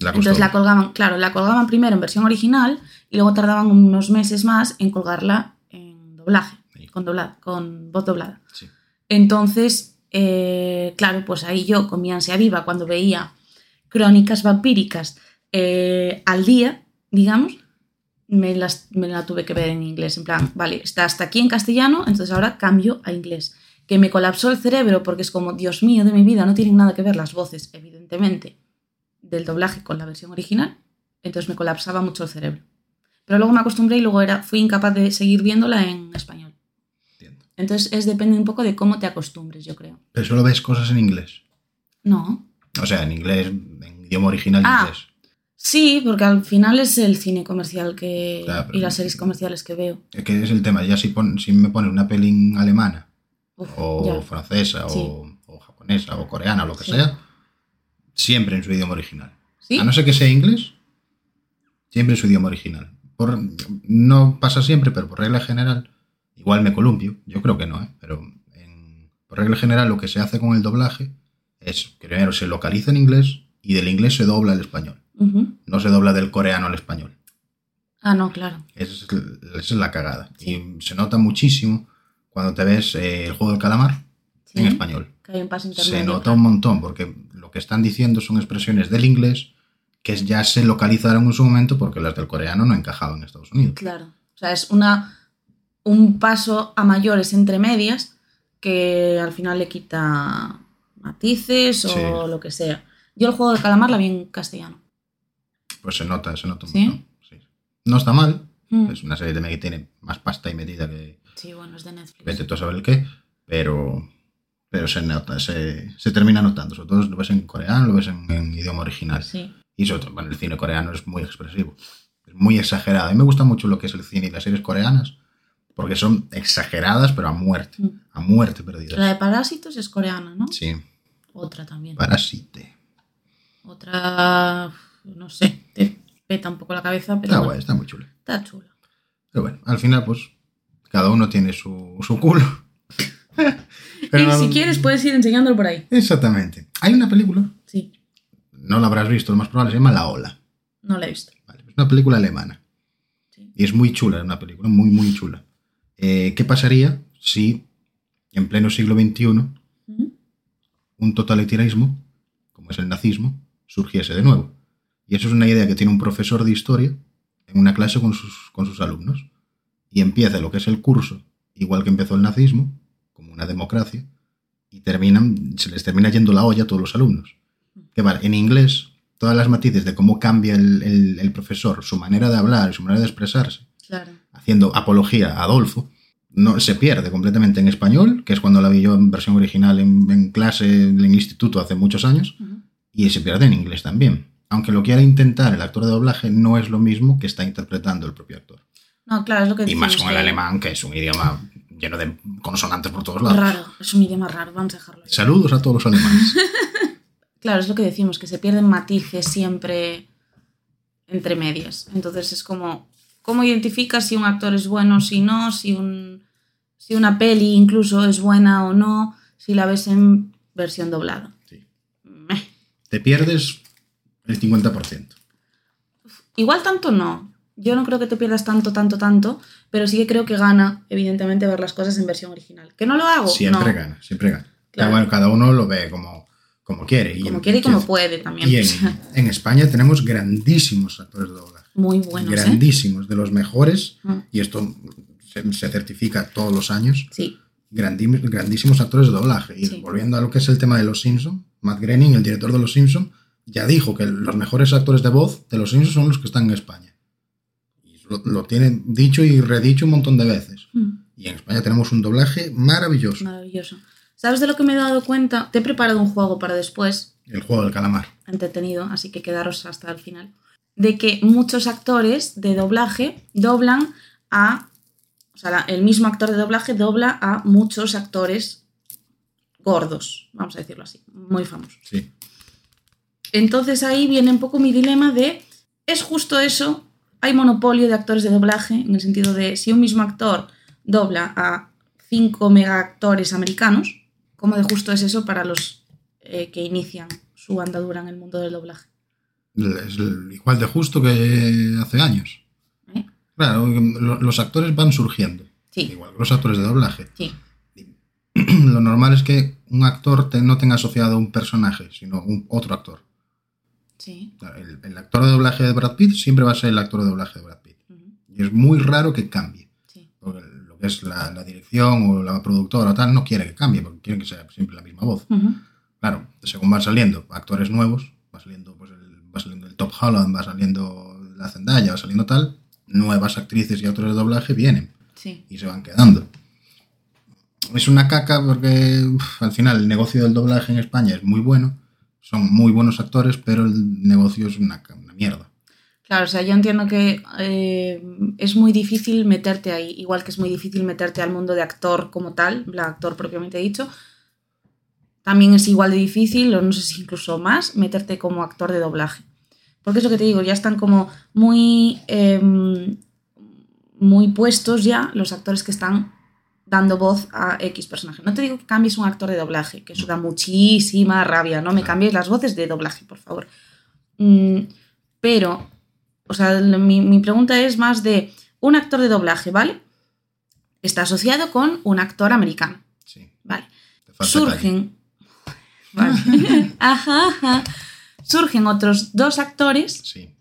A: La
B: Entonces la
A: costumbre.
B: colgaban, claro, la colgaban primero en versión original y luego tardaban unos meses más en colgarla en doblaje.
A: Sí.
B: Con doblada, con voz doblada.
A: Sí.
B: Entonces, eh, claro, pues ahí yo con mi ansia viva cuando veía crónicas vampíricas eh, al día, digamos, me, las, me la tuve que ver en inglés. En plan, vale, está hasta aquí en castellano, entonces ahora cambio a inglés. Que me colapsó el cerebro porque es como, Dios mío, de mi vida, no tienen nada que ver las voces, evidentemente, del doblaje con la versión original. Entonces me colapsaba mucho el cerebro. Pero luego me acostumbré y luego era, fui incapaz de seguir viéndola en español.
A: Entiendo.
B: Entonces es depende un poco de cómo te acostumbres, yo creo.
A: Pero solo ves cosas en inglés.
B: No,
A: O sea, en inglés, en idioma original
B: Ah,
A: inglés.
B: Sí, porque al final es el cine comercial que
A: Claro, pero-
B: y las series comerciales que veo.
A: Es que es el tema. Ya si, pon- si me pones una peli en alemana,
B: Uf,
A: o
B: ya.
A: francesa,
B: Sí.
A: o, o japonesa, o coreana, o lo que
B: Sí.
A: sea, siempre en su idioma original.
B: ¿Sí?
A: A no ser que sea inglés, siempre en su idioma original. Por, no pasa siempre, pero por regla general, igual me columpio, yo creo que no, ¿eh? pero en- por regla general lo que se hace con el doblaje es que primero se localiza en inglés y del inglés se dobla al español.
B: Ujú.
A: No se dobla del coreano al español.
B: Ah, no, claro.
A: Esa es, la- esa es la cagada.
B: Sí.
A: Y se nota muchísimo cuando te ves eh, el juego del calamar
B: Sí,
A: en español.
B: Que hay un paso intermedio.
A: Se nota un montón, porque lo que están diciendo son expresiones del inglés que ya se localizaron en su momento porque las del coreano no encajaban en Estados Unidos.
B: Claro. O sea, es una un paso a mayores entre medias que al final le quita matices o
A: Sí.
B: lo que sea. Yo el juego de calamar la vi en castellano.
A: Pues se nota, se nota un
B: ¿Sí?
A: montón. sí. No está mal,
B: Mm.
A: es una serie de que tiene más pasta y medida que
B: Sí, bueno, es de Netflix.
A: vete tú a saber el qué, pero, pero se nota, se, se termina notando. Sobre todo lo ves en coreano, lo ves en, en idioma original.
B: Sí.
A: Y sobre todo, bueno, el cine coreano es muy expresivo, es muy exagerado. A mí me gusta mucho lo que es el cine y las series coreanas, porque son exageradas, pero a muerte,
B: Mm.
A: a muerte perdidas.
B: La de Parásitos es coreana, ¿no?
A: Sí,
B: Otra también.
A: Parasite.
B: Otra, no sé, te peta un poco la cabeza, pero
A: Está
B: bueno,
A: Ah, guay, está muy chula.
B: está chulo.
A: Pero bueno, al final, pues, cada uno tiene su, su culo. Pero
B: y
A: no-
B: si quieres pues- puedes ir enseñándolo por ahí.
A: Exactamente. Hay una película,
B: Sí,
A: no la habrás visto, lo más probable, se llama La Ola.
B: no la he visto.
A: Vale, es una película alemana.
B: Sí.
A: Y es muy chula, es una película muy, muy chula. Eh, ¿Qué pasaría si en pleno siglo XXI
B: Ujú.
A: un totalitarismo, como es el nazismo, surgiese de nuevo. Y eso es una idea que tiene un profesor de historia en una clase con sus, con sus alumnos. Y empieza lo que es el curso, igual que empezó el nazismo, como una democracia, y terminan, se les termina yendo la olla a todos los alumnos. Que vale, en inglés, todas las matices de cómo cambia el, el- el profesor, su manera de hablar, y su manera de expresarse,
B: Claro.
A: haciendo apología a Adolfo, no, se pierde completamente en español, que es cuando la vi yo en versión original en, en clase, en el instituto, hace muchos años,
B: Ujú.
A: y se pierde en inglés también. Aunque lo quiera intentar el actor de doblaje, no es lo mismo que está interpretando el propio actor.
B: No, claro, es lo que
A: Y más
B: decimos,
A: con el
B: que
A: alemán, que es un idioma lleno de consonantes por todos lados.
B: Raro, es un idioma raro, vamos a dejarlo. ahí.
A: Saludos a todos los alemanes.
B: Claro, es lo que decimos, que se pierden matices siempre entre medias. Entonces es como, ¿cómo identificas si un actor es bueno, si no, si, un, si una peli incluso es buena o no, si la ves en versión doblada?
A: Sí.
B: Meh.
A: Te pierdes el 50%.
B: Igual tanto no. Yo no creo que te pierdas tanto, tanto, tanto, pero sí que creo que gana, evidentemente, ver las cosas en versión original. ¿Que no lo hago?
A: Siempre
B: no.
A: gana, siempre gana.
B: Claro.
A: Bueno, cada uno lo ve como, como quiere. Y
B: Como
A: en-
B: quiere y como
A: quiero-
B: puede también.
A: Y
B: o
A: en,
B: sea,
A: en España tenemos grandísimos actores de doblaje.
B: muy buenos, ¿eh?
A: grandísimos, de los mejores,
B: Mm.
A: y esto se, se certifica todos los años.
B: Sí,
A: grandí- grandísimos actores de doblaje. Y
B: Sí.
A: volviendo a lo que es el tema de los Simpson, Matt Groening, el director de los Simpson, ya dijo que los mejores actores de voz de los Simpson son los que están en España. Y lo, lo tiene dicho y redicho un montón de veces.
B: Mm,
A: Y en España tenemos un doblaje maravilloso.
B: maravilloso. ¿Sabes de lo que me he dado cuenta? Te he preparado un juego para después,
A: El juego del calamar.
B: entretenido, así que quedaros hasta el final. De que muchos actores de doblaje doblan a. O sea, la- el mismo actor de doblaje dobla a muchos actores gordos, vamos a decirlo así, muy famosos.
A: Sí.
B: Entonces ahí viene un poco mi dilema de, ¿es justo eso? ¿Hay monopolio de actores de doblaje? En el sentido de, si un mismo actor dobla a cinco mega actores americanos, ¿cómo de justo es eso para los eh, que inician su andadura en el mundo del doblaje?
A: Es el- igual de justo que hace años.
B: ¿Eh?
A: Claro, lo- los actores van surgiendo.
B: Sí,
A: Igual que los actores de doblaje.
B: sí,
A: Lo normal es que un actor te- no tenga asociado un personaje, sino un otro actor.
B: Sí.
A: El, el actor de doblaje de Brad Pitt siempre va a ser el actor de doblaje de Brad Pitt.
B: ujú,
A: Y es muy raro que cambie.
B: sí.
A: Porque lo que es la, la dirección o la productora o tal no quiere que cambie, porque quieren que sea siempre la misma voz.
B: Ujú,
A: Claro, según van saliendo actores nuevos, va saliendo, pues el, va saliendo el Top Holland, va saliendo la Zendaya, va saliendo tal, nuevas actrices y actores de doblaje vienen
B: Sí.
A: y se van quedando. Es una caca porque uf, al final el negocio del doblaje en España es muy bueno, son muy buenos actores, pero el negocio es una, ca- una mierda.
B: Claro, o sea, yo entiendo que eh, es muy difícil meterte ahí, igual que es muy difícil meterte al mundo de actor como tal, la actor propiamente dicho. También es igual de difícil, o no sé si incluso más, meterte como actor de doblaje. Porque es lo que te digo, ya están como muy, em, muy puestos ya los actores que están dando voz a X personaje. No te digo que cambies un actor de doblaje, que eso da muchísima rabia, no me
A: Claro.
B: cambies las voces de doblaje, por favor. Mm, pero, o sea, lo- mi, mi pregunta es más de un actor de doblaje, ¿vale? Está asociado con un actor americano,
A: Sí,
B: ¿vale?
A: te falta calle.
B: Surgen. Vale. Ajá, ajá. Surgen otros dos actores
A: Sí,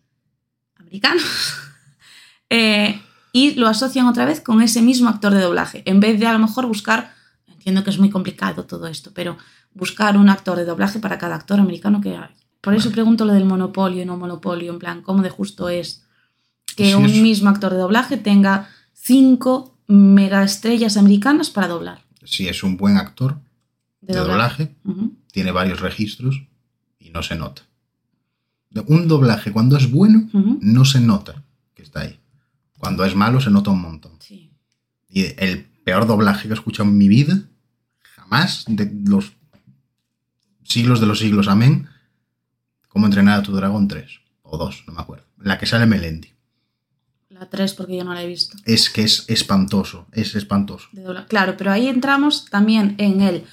B: americanos eh, y lo asocian otra vez con ese mismo actor de doblaje. En vez de a lo mejor buscar, entiendo que es muy complicado todo esto, pero buscar un actor de doblaje para cada actor americano que hay. Por eso
A: Bueno.
B: pregunto lo del monopolio y no monopolio, en plan, ¿cómo de justo es que
A: Sí,
B: un
A: Pues es-
B: mismo actor de doblaje tenga cinco megaestrellas americanas para doblar?
A: si es un buen actor de, doblaje,
B: Ujú.
A: tiene varios registros y no se nota. Un doblaje cuando es bueno
B: Ujú.
A: no se nota que está ahí. Cuando es malo se nota un montón.
B: Sí.
A: Y el peor doblaje que he escuchado en mi vida, jamás, de los siglos de los siglos, amén, como entrenar a tu dragón 3 o 2, no me acuerdo. La que sale Melendi.
B: La 3 porque yo no la he visto.
A: Es que es espantoso, es espantoso.
B: de dobla- Claro, pero ahí entramos también en el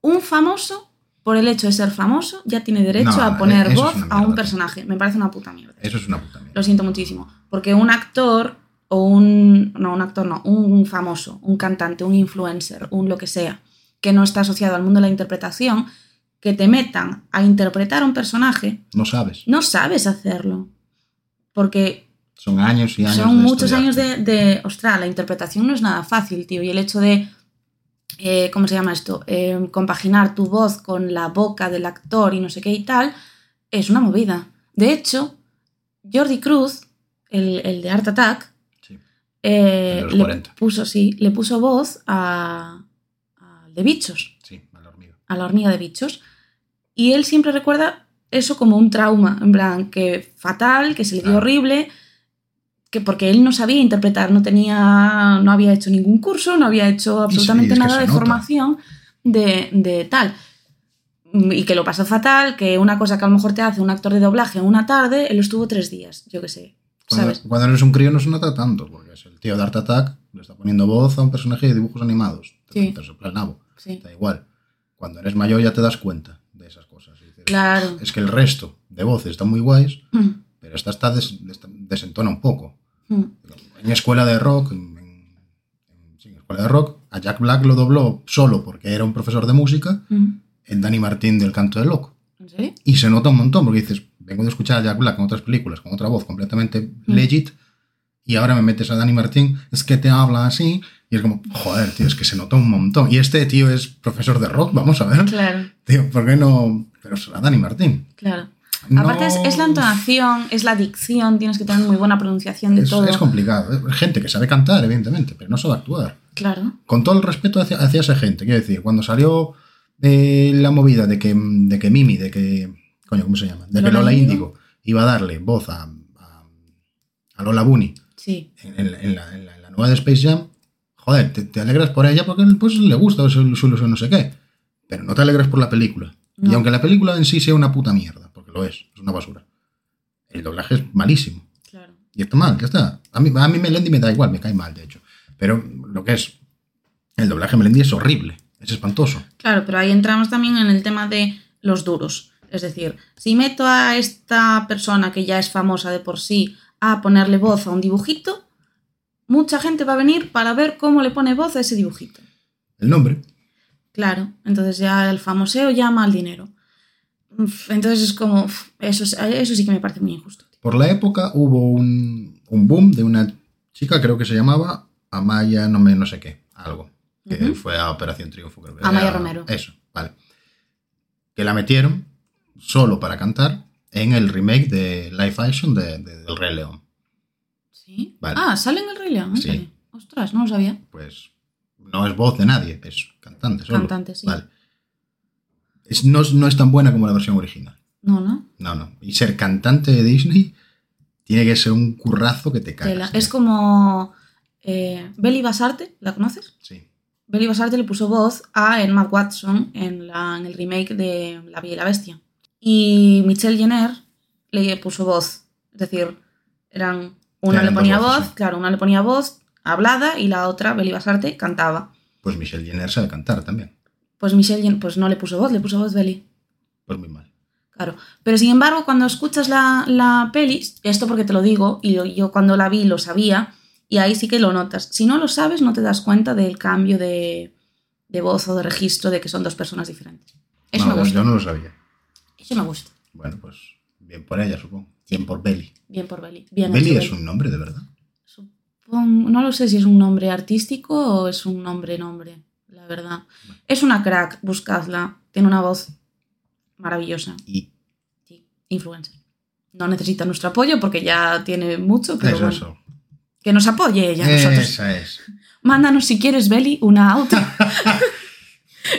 B: un famoso, por el hecho de ser famoso, ya tiene derecho
A: No, eh,
B: a poner
A: eso es
B: voz
A: una
B: a un
A: mierda.
B: personaje. Me parece una puta mierda.
A: Eso es una puta mierda.
B: Lo siento muchísimo. Porque un actor o un... No, un actor no. Un famoso, un cantante, un influencer, un lo que sea, que no está asociado al mundo de la interpretación, que te metan a interpretar a un personaje,
A: No sabes.
B: no sabes hacerlo. Porque
A: Son años y años.
B: son
A: de
B: muchos
A: estudiar.
B: años de, de- Ostras, la interpretación no es nada fácil, tío. Y el hecho de. eh, ¿Cómo se llama esto? Eh, compaginar tu voz con la boca del actor y no sé qué y tal, es una movida. De hecho, Jordi Cruz, el, el de Art Attack,
A: Sí. El
B: eh,
A: de los
B: le
A: 40.
B: puso, sí, le puso voz a, al de bichos
A: Sí, a la hormiga.
B: a la hormiga de bichos. Y él siempre recuerda eso como un trauma, en plan, que fatal, que se le dio
A: Claro.
B: horrible, que porque él no sabía interpretar, no tenía, no había hecho ningún curso, no había hecho
A: Y sí, es
B: absolutamente
A: que
B: nada
A: se
B: de
A: nota.
B: formación de, de tal. Y que lo pasó fatal, que una cosa que a lo mejor te hace un actor de doblaje en una tarde, él estuvo tres días, yo qué sé,
A: Cuando,
B: ¿sabes?
A: cuando eres un crío no se nota tanto, porque es el tío de Art Attack le está poniendo voz a un personaje de dibujos animados. Te
B: Sí.
A: te sopla el nabo.
B: Sí,
A: Da igual. Cuando eres mayor ya te das cuenta de esas cosas. Y dices,
B: claro.
A: Es que el resto de voces están muy guays,
B: Mm,
A: pero esta está des- des- desentona un poco.
B: mm.
A: En escuela de rock, en, en- en- sí, en escuela de rock, a Jack Black lo dobló solo porque era un profesor de música
B: Mm.
A: en Danny Martín del Canto del Loco.
B: ¿En serio?
A: Y se nota un montón porque dices, vengo de escuchar a Jack Black en otras películas, con otra voz completamente
B: Mm.
A: legit, y ahora me metes a Danny Martín, es que te habla así, y es como, joder, tío, es que se nota un montón. Y este tío es profesor de rock, vamos a ver.
B: Claro,
A: Tío, ¿por qué no? Pero será Dani Martín.
B: claro.
A: No-
B: Aparte es, es la entonación, es la dicción, tienes que tener muy buena pronunciación de
A: es,
B: todo.
A: es complicado. Es Gente que sabe cantar, evidentemente, pero no sabe actuar.
B: Claro.
A: Con todo el respeto hacia, hacia esa gente, quiero decir, cuando salió eh, la movida de que, de que Mimi, de que. Coño, ¿cómo se llama? De que
B: Lola
A: Lola
B: Índigo.
A: Índigo iba a darle voz a, a, a Lola Bunny
B: Sí,
A: en, en- en la, en la- en la nueva de Space Jam, joder, te, te alegras por ella porque pues, le gusta o su, su ilusión, no sé qué. Pero no te alegras por la película. Y
B: No.
A: aunque la película en sí sea una puta mierda, porque lo es, es una basura. El doblaje es malísimo.
B: claro.
A: Y está mal, ya está. A mí, a mí Melendi me da igual, me cae mal, de hecho. Pero lo que es, el doblaje de Melendi es horrible, es espantoso.
B: Claro, pero ahí entramos también en el tema de los duros. Es decir, si meto a esta persona que ya es famosa de por sí a ponerle voz a un dibujito, mucha gente va a venir para ver cómo le pone voz a ese dibujito.
A: El nombre,
B: Claro, entonces ya el famoseo llama al dinero. Uf, Entonces es como, uf, eso, es- eso sí que me parece muy injusto. tío.
A: Por la época hubo un, un boom de una chica, creo que se llamaba Amaya, no me no sé qué, algo. Que
B: Ujú.
A: fue a Operación Triunfo, creo que
B: Amaya
A: era.
B: Romero.
A: Eso, vale. Que la metieron solo para cantar en el remake de Live Action de, de- del Rey León.
B: ¿Sí?
A: Vale.
B: Ah, sale en el Rey León.
A: Sí.
B: Ándale. Ostras, no lo sabía.
A: Pues no es voz de nadie, es cantante solo.
B: Cantante, sí.
A: Vale. Es- no, es- no es tan buena como la versión original.
B: No, no.
A: No, no. Y ser cantante de Disney tiene que ser un currazo que te
B: Tela.
A: cagas.
B: Es como eh, Beli Basarte, ¿la conoces?
A: Sí.
B: Beli Basarte le puso voz a Emma Watson en, la- en el remake de La Bella y la Bestia. Y Michelle Jenner le puso voz. Es decir, eran una
A: Eran
B: le
A: dos
B: ponía
A: voces,
B: voz,
A: sí.
B: claro, una le ponía voz hablada y la otra, Beli Basarte, cantaba.
A: Pues Michelle Jenner sabe cantar también.
B: Pues Michelle Jenner pues no le puso voz, le puso voz Beli.
A: Pues muy mal.
B: Claro. Pero sin embargo, cuando escuchas la, la peli, esto porque te lo digo, y yo, yo cuando la vi lo sabía, y ahí sí que lo notas. Si no lo sabes, no te das cuenta del cambio de, de voz o de registro de que son dos personas diferentes. Eso
A: No,
B: me
A: yo-
B: gusta.
A: yo no lo sabía.
B: Eso me gusta.
A: Bueno, pues bien por ella, supongo. Bien por Belly.
B: Bien por Beli. Bien
A: Belly
B: hecho,
A: es un nombre, de verdad.
B: Supongo- no lo sé si es un nombre artístico o es un nombre nombre, la verdad. Es una crack, buscadla. Tiene una voz maravillosa.
A: Y
B: Sí, influencer. No necesita nuestro apoyo porque ya tiene mucho, pero
A: eso,
B: bueno.
A: Ah, eso.
B: que nos apoye ella a nosotros.
A: Esa es.
B: Mándanos si quieres, Beli, una auto.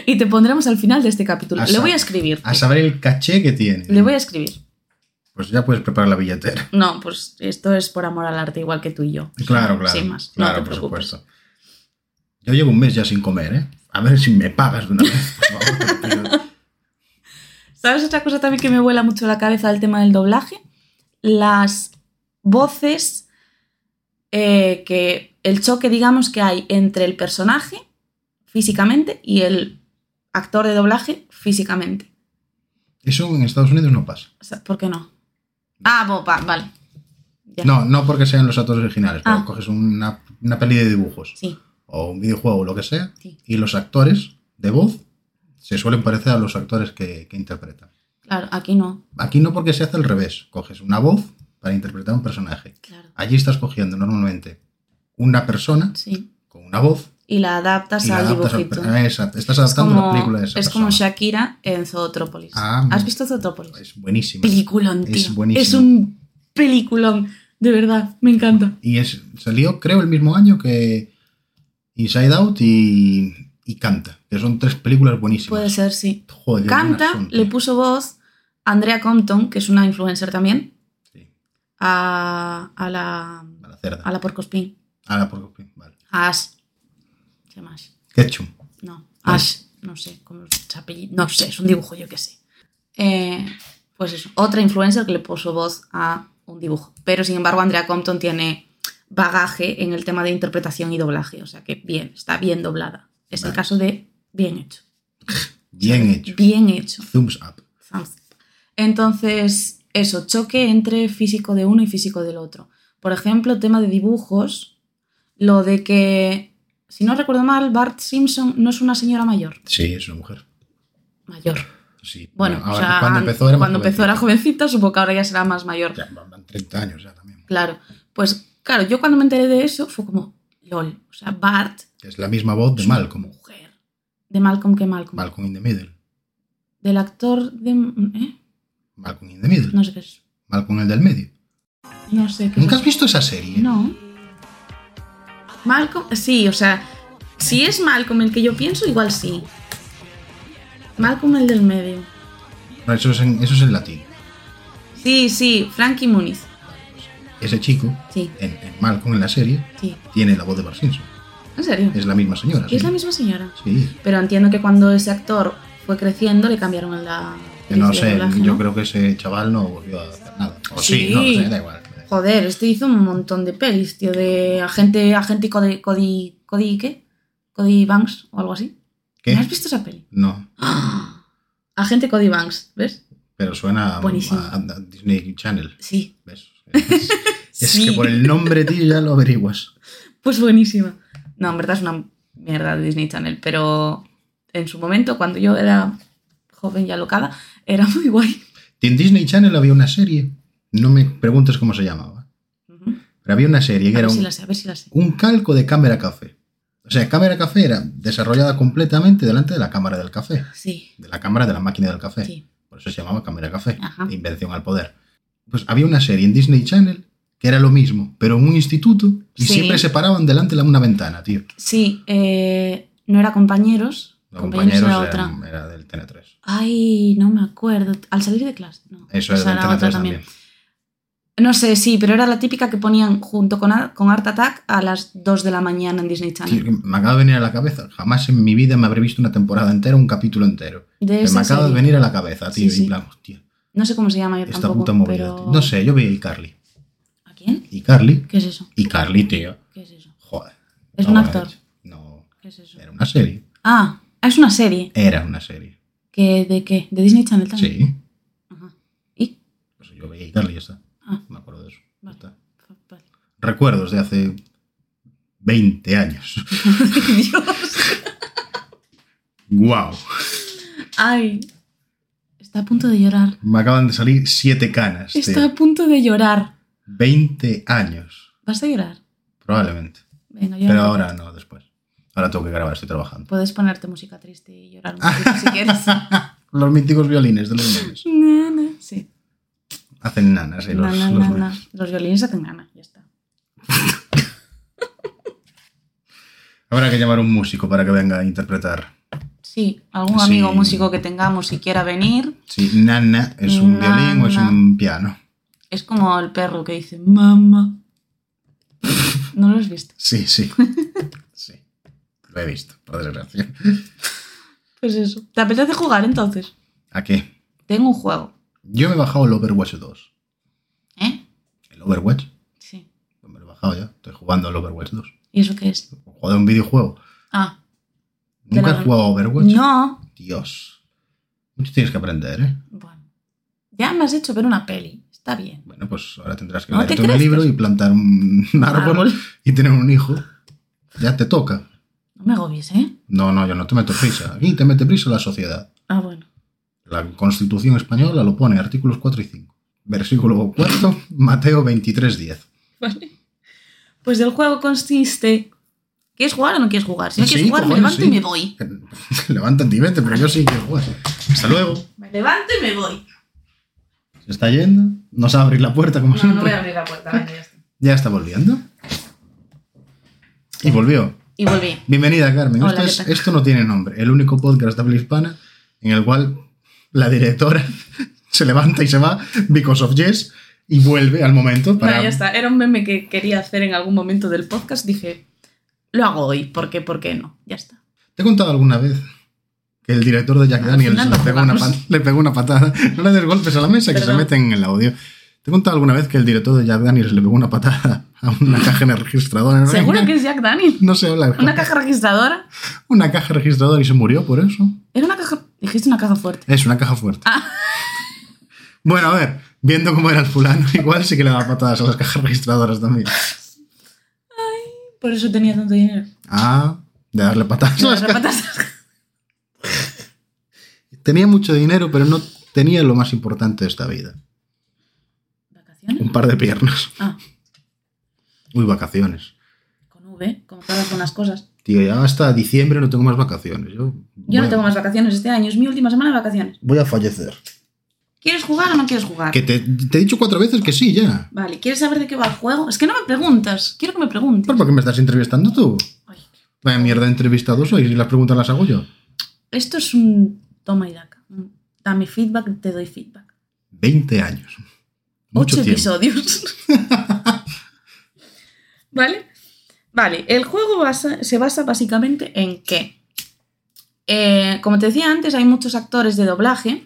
B: y te pondremos al final de este capítulo.
A: A
B: Le voy
A: sa-
B: a escribir.
A: A saber el caché que tiene.
B: Le voy a escribir.
A: Pues ya puedes preparar la billetera.
B: No, pues esto es por amor al arte, igual que tú y yo.
A: Claro, claro.
B: Sin más.
A: Claro,
B: no te
A: por
B: preocupes.
A: supuesto. Yo llevo un mes ya sin comer, ¿eh? A ver si me pagas de una vez, por favor. te lo pido.
B: ¿Sabes otra cosa también que me vuela mucho la cabeza del tema del doblaje? Las voces eh, que. el choque, digamos, que hay entre el personaje físicamente y el actor de doblaje físicamente.
A: Eso en Estados Unidos no pasa.
B: O sea, ¿Por qué no? Ah, bopa, vale. Ya.
A: No, no porque sean los actores originales, pero
B: Ah.
A: coges una, una peli de dibujos
B: Sí,
A: o un videojuego o lo que sea,
B: Sí.
A: y los actores de voz se suelen parecer a los actores que, que interpretan.
B: claro, aquí no.
A: Aquí no porque se hace al revés, coges una voz para interpretar un personaje.
B: Claro.
A: Allí estás cogiendo normalmente una persona
B: Sí.
A: con una voz
B: Y la adaptas
A: y la
B: al
A: adaptas al
B: dibujito.
A: per- Exacto, estás
B: es
A: adaptando la
B: como,
A: película de esa
B: es
A: persona.
B: como Shakira en Zootrópolis.
A: Ah,
B: ¿Has visto Zootrópolis?
A: Es buenísima.
B: Peliculón,
A: Es
B: tío.
A: buenísimo.
B: Es un peliculón. De verdad, me encanta.
A: Y es, salió, creo, el mismo año que Inside Out y, y Canta, que son tres películas buenísimas.
B: Puede ser, sí.
A: Joder, un
B: Canta,
A: asunto.
B: le puso voz a Andrea Compton, que es una influencer también,
A: Sí,
B: a, a la,
A: a la cerda.
B: a la Porcospin,
A: A la por- Vale.
B: a Ash. ¿Se llama Ash?
A: Ketchum.
B: No,
A: Ah.
B: Ash, no sé cómo se apellida. No sé, es un dibujo, yo qué sé. Eh, pues eso, otra influencer que le puso voz a un dibujo. Pero sin embargo, Andrea Compton tiene bagaje en el tema de interpretación y doblaje. O sea que bien, está bien doblada. Es el
A: Vale.
B: caso de bien hecho.
A: Bien hecho.
B: Bien hecho.
A: Thumbs up.
B: Thumbs up. Entonces, eso, choque entre físico de uno y físico del otro. Por ejemplo, tema de dibujos, lo de que, si no recuerdo mal, Bart Simpson no es una señora mayor.
A: Sí, es una mujer.
B: Mayor.
A: Sí.
B: Bueno,
A: ahora,
B: o sea,
A: cuando empezó era más
B: cuando empezó era jovencita, supongo que ahora ya será más mayor.
A: Ya, van- van 30 años ya también.
B: Claro. Pues claro, yo cuando me enteré de eso fue como, lol, o sea, Bart,
A: Es la misma voz de
B: Es una
A: Malcolm.
B: mujer. De Malcolm que Malcolm.
A: Malcolm in the Middle.
B: Del actor de... ¿eh?
A: Malcolm in the Middle.
B: No sé qué es.
A: Malcolm el del medio.
B: No sé qué
A: ¿Nunca
B: es.
A: has visto esa serie?
B: No. Malcolm, eh, sí, o sea, si es Malcolm el que yo pienso, igual sí. Malcolm el del medio.
A: No, Eso es en, eso es en latín.
B: Sí, sí, Frankie Muniz.
A: Ese chico,
B: Sí,
A: en, en Malcolm en la serie,
B: sí.
A: tiene la voz de Bart Simpson.
B: ¿En serio?
A: Es la misma señora.
B: Es
A: sí.
B: la misma señora.
A: Sí.
B: Pero entiendo que cuando ese actor fue creciendo le cambiaron la.
A: Que No
B: el
A: sé,
B: doblaje,
A: yo
B: ¿no?
A: creo que ese chaval no volvió a hacer nada. O sí,
B: Sí.
A: no lo sé, da igual.
B: Joder, este hizo un montón de pelis, tío, de agente, agente Cody, Cody, Cody, ¿qué? Cody Banks o algo así. ¿No
A: ¿Qué?
B: has visto esa peli?
A: No,
B: ¡Ah! Agente Cody Banks, ¿ves?
A: pero suena a,
B: Buenísimo.
A: a- a Disney Channel.
B: Sí.
A: ¿Ves? Es, es
B: Sí.
A: que por el nombre, tío, ya lo averiguas.
B: Pues buenísima. No, en verdad es una mierda de Disney Channel, pero en su momento, cuando yo era joven y alocada, era muy guay.
A: En Disney Channel había una serie, no me preguntes cómo se llamaba,
B: Ujú.
A: pero había una serie que
B: A
A: era
B: ver si
A: un,
B: Ah, pues la sé, a ver si la sé.
A: un calco de cámara café. O sea, cámara café era desarrollada completamente delante de la cámara del café,
B: Sí,
A: de la cámara de la máquina del café.
B: sí.
A: Por eso se llamaba cámara café,
B: Ajá.
A: invención al poder. Pues había una serie en Disney Channel que era lo mismo, pero en un instituto y
B: Sí.
A: siempre se paraban delante de una ventana, tío.
B: Sí, eh, no era compañeros.
A: Los
B: compañeros,
A: compañeros
B: era otra.
A: eran- era del TN3.
B: Ay, no me acuerdo. Al salir de clase, no.
A: Eso era del
B: Esa era Pues otra
A: TN3
B: también.
A: también.
B: No sé, sí, pero era la típica que ponían junto con, Ar- con Art Attack a las 2 de la mañana en Disney Channel.
A: Tío, que me acaba de venir a la cabeza. Jamás en mi vida me habré visto una temporada entera, un capítulo entero.
B: de
A: Que me
B: esa
A: acaba de
B: serie.
A: venir a la cabeza, tío.
B: Sí, sí.
A: Y en plan, hostia,
B: No sé cómo se llama yo
A: esta
B: tampoco.
A: puta movida.
B: pero...
A: tío. No sé, yo vi Carly.
B: ¿A quién?
A: Y Carly.
B: ¿Qué es eso?
A: Y Carly, tío.
B: ¿Qué es eso?
A: Joder.
B: ¿Es
A: no
B: un
A: me
B: actor?
A: hagas. No,
B: ¿Qué es eso?
A: era una serie.
B: Ah, es una serie.
A: Era una serie.
B: ¿Que, ¿De qué? ¿De Disney Channel también?
A: Sí.
B: Ajá. ¿Y?
A: Pues yo vi Carly y ya está.
B: Ah.
A: Me acuerdo de eso. Ya
B: Vale.
A: está.
B: Vale.
A: Recuerdos de hace 20 años.
B: Dios.
A: ¡Guau!
B: Ay. Está a punto de llorar.
A: Me acaban de salir siete canas. tío.
B: Está a punto de llorar.
A: 20 años,
B: ¿Vas a llorar?
A: probablemente.
B: Venga, llora.
A: Pero ahora no, después. Ahora tengo que grabar, estoy trabajando.
B: Puedes ponerte música triste y llorar
A: Ah.
B: un poquito si quieres.
A: Los míticos violines de los memes.
B: Na, na. Sí.
A: Hacen nanas y los,
B: Na, na,
A: los
B: na,
A: memes.
B: na. Los violines hacen nana, ya está.
A: Habrá que llamar a un músico para que venga a interpretar.
B: Sí, algún
A: Sí.
B: amigo músico que tengamos y quiera venir.
A: Si nana es un violín o es
B: Nana.
A: un piano.
B: Es como el perro que dice, mamá. ¿No lo has visto?
A: Sí, sí. Sí. Lo he visto, por desgracia.
B: Pues eso. ¿Te apetece jugar entonces?
A: ¿A qué?
B: Tengo un juego.
A: Yo me he bajado el Overwatch 2.
B: ¿Eh?
A: ¿El Overwatch? Pues
B: Sí.
A: Me lo he bajado ya. Estoy jugando al Overwatch 2.
B: ¿Y eso qué es?
A: He jugado a un videojuego.
B: Ah, De
A: Nunca
B: la-
A: he jugado a Overwatch.
B: no.
A: Dios. Mucho tienes que aprender, ¿eh?
B: Bueno. Ya me has hecho ver una peli. Está bien.
A: Bueno, pues ahora tendrás que
B: No
A: leerte
B: te
A: un
B: crezcas.
A: libro y plantar un árbol,
B: Árbol.
A: y tener un hijo. Ya te toca.
B: No me agobies, ¿eh?
A: No, no, yo no te meto prisa. Aquí te mete prisa la sociedad.
B: Ah, bueno.
A: La Constitución Española lo pone, artículos 4 y 5. Versículo 4, Mateo 23, 10.
B: Vale. Pues el juego consiste... ¿Quieres jugar o no quieres jugar? Si no
A: Sí,
B: quieres jugar, me
A: cojones,
B: levanto
A: sí.
B: y me voy.
A: Levántate y vete, pero yo sí que juego. Hasta luego.
B: Me levanto y me voy.
A: Se está yendo. Nos va a abrir la puerta como
B: No,
A: siempre.
B: no voy a abrir la puerta. venga, ya está.
A: Ya está volviendo. Y volvió.
B: Y volví.
A: Bienvenida, Carmen.
B: Hola,
A: esto,
B: ¿qué
A: es-
B: tal?
A: esto no tiene nombre. El único podcast de habla hispana en el cual la directora se levanta y se va because of yes y vuelve al momento para...
B: No, ya está. Era un meme que quería hacer en algún momento del podcast. Dije, lo hago hoy. ¿Por qué? ¿Por qué no? Ya está.
A: ¿Te he contado alguna vez que el director de Jack
B: Al
A: Daniels
B: final
A: le
B: no
A: pegó, una
B: jugamos.
A: pat- le pegó una patada? No le des golpes a la mesa que
B: Perdón.
A: se meten en el audio. ¿Te he contado alguna vez que el director de Jack Daniels le pegó una patada a una caja en el registrador?
B: Seguro que es Jack Daniel.
A: No sé hablar.
B: Una caja registradora.
A: Una caja registradora y se murió por eso.
B: Era una caja. Dijiste una caja fuerte.
A: Es una caja fuerte.
B: Ah.
A: Bueno, a ver, viendo cómo era el fulano, igual sí que le daba patadas a las cajas registradoras también.
B: Por eso tenía tanto dinero.
A: Ah, de darle patadas a las
B: Las
A: cajas.
B: patas-
A: Tenía mucho dinero, pero no tenía lo más importante de esta vida.
B: ¿Vacaciones?
A: Un par de piernas.
B: Ah,
A: Uy, vacaciones.
B: con V, como todas las cosas.
A: Tío, ya hasta diciembre no tengo más vacaciones. Yo,
B: Yo no
A: bueno,
B: tengo más vacaciones este año. Es mi última semana de vacaciones.
A: Voy a fallecer.
B: ¿Quieres jugar o no quieres jugar?
A: Que te, te he dicho cuatro veces que sí, ya.
B: Vale, ¿quieres saber de qué va el juego? Es que no me preguntas. Quiero que me preguntes.
A: ¿Por qué me estás entrevistando tú?
B: Ay,
A: Vaya mierda de entrevistado soy y las preguntas las hago yo.
B: Esto es un toma y daca. Un Dame feedback, te doy feedback.
A: 20 años. Mucho
B: Ocho
A: tiempo.
B: episodios. ¿Vale? Vale, el juego basa- se basa básicamente en que, eh, como te decía antes, hay muchos actores de doblaje.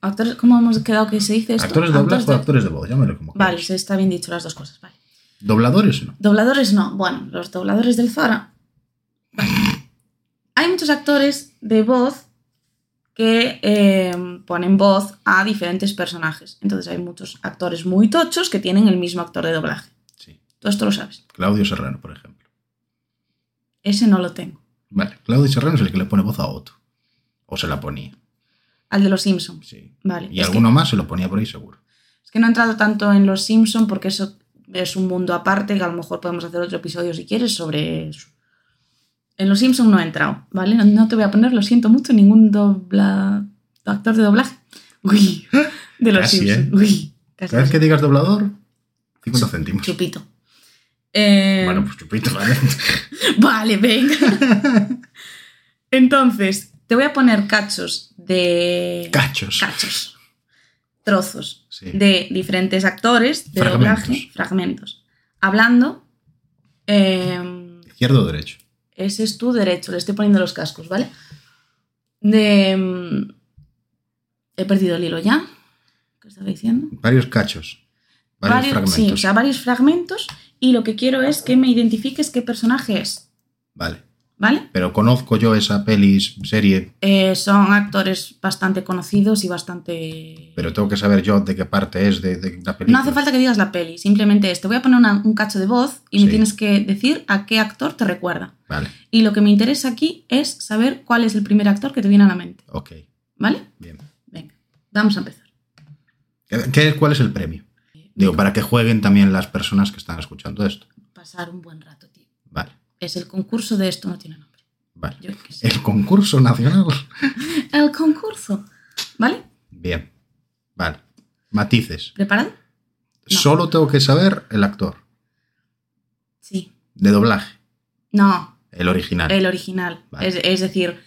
B: Actores, ¿Cómo hemos quedado que se dice esto?
A: Actores de doblaje o actores de voz, llámalo como
B: Vale,
A: quieras.
B: se está bien dicho las dos cosas, vale.
A: Dobladores no.
B: Dobladores no. Bueno, los dobladores del Zara. Vale. Hay muchos actores de voz que eh, ponen voz a diferentes personajes. Entonces hay muchos actores muy tochos que tienen el mismo actor de doblaje.
A: Sí.
B: Tú esto lo sabes.
A: Claudio Serrano, por ejemplo.
B: Ese no lo tengo.
A: Vale, Claudio Serrano es el que le pone voz a Otto. O se la ponía.
B: Al de los Simpsons.
A: Sí.
B: Vale.
A: Y
B: es,
A: alguno más se lo ponía por ahí seguro.
B: que, es que no he entrado tanto en los Simpsons porque eso es un mundo aparte que a lo mejor podemos hacer otro episodio si quieres sobre eso. En los Simpsons no he entrado, ¿vale? No, no te voy a poner, lo siento mucho, ningún dobla... actor de doblaje. Uy, de los
A: Casi,
B: Simpsons.
A: ¿eh?
B: Uy, casi.
A: Cada vez
B: casi.
A: que digas doblador, 50 céntimos.
B: Chupito. Eh,
A: Bueno, pues chupito, vale.
B: Vale, venga. Entonces, te voy a poner cachos de.
A: Cachos.
B: Cachos. Trozos
A: Sí.
B: de diferentes actores de
A: Fragmentos.
B: doblaje, fragmentos. Hablando. eh,
A: Izquierdo o derecho.
B: ese es tu derecho, le estoy poniendo los cascos, ¿vale? De. mm, He perdido el hilo ya. ¿Qué estaba diciendo?
A: Varios cachos. Varios, fragmentos.
B: Sí, o sea, varios fragmentos. Y lo que quiero es que me identifiques qué personaje es,
A: Vale.
B: ¿vale?
A: Pero conozco yo esa peli, serie,
B: Eh, son actores bastante conocidos y bastante...
A: pero tengo que saber yo de qué parte es de, de la
B: no
A: película.
B: hace falta que digas la peli, simplemente es, te voy a poner una- un cacho de voz y
A: Sí.
B: me tienes que decir a qué actor te recuerda.
A: Vale,
B: Y lo que me interesa aquí es saber cuál es el primer actor que te viene a la mente,
A: ok,
B: ¿vale?
A: bien.
B: Venga, vamos a empezar.
A: ¿Qué- qué- ¿Cuál es el premio? Digo, para que jueguen también las personas que están escuchando esto.
B: Pasar un buen rato, tío.
A: Vale,
B: Es el concurso de esto, no tiene nombre.
A: vale.
B: Yo qué sé.
A: El concurso nacional.
B: El concurso, ¿vale?
A: Bien, vale. Matices.
B: ¿Preparado? No.
A: Solo tengo que saber el actor
B: Sí.
A: de doblaje,
B: No,
A: el original.
B: el original.
A: Vale.
B: Es, es decir,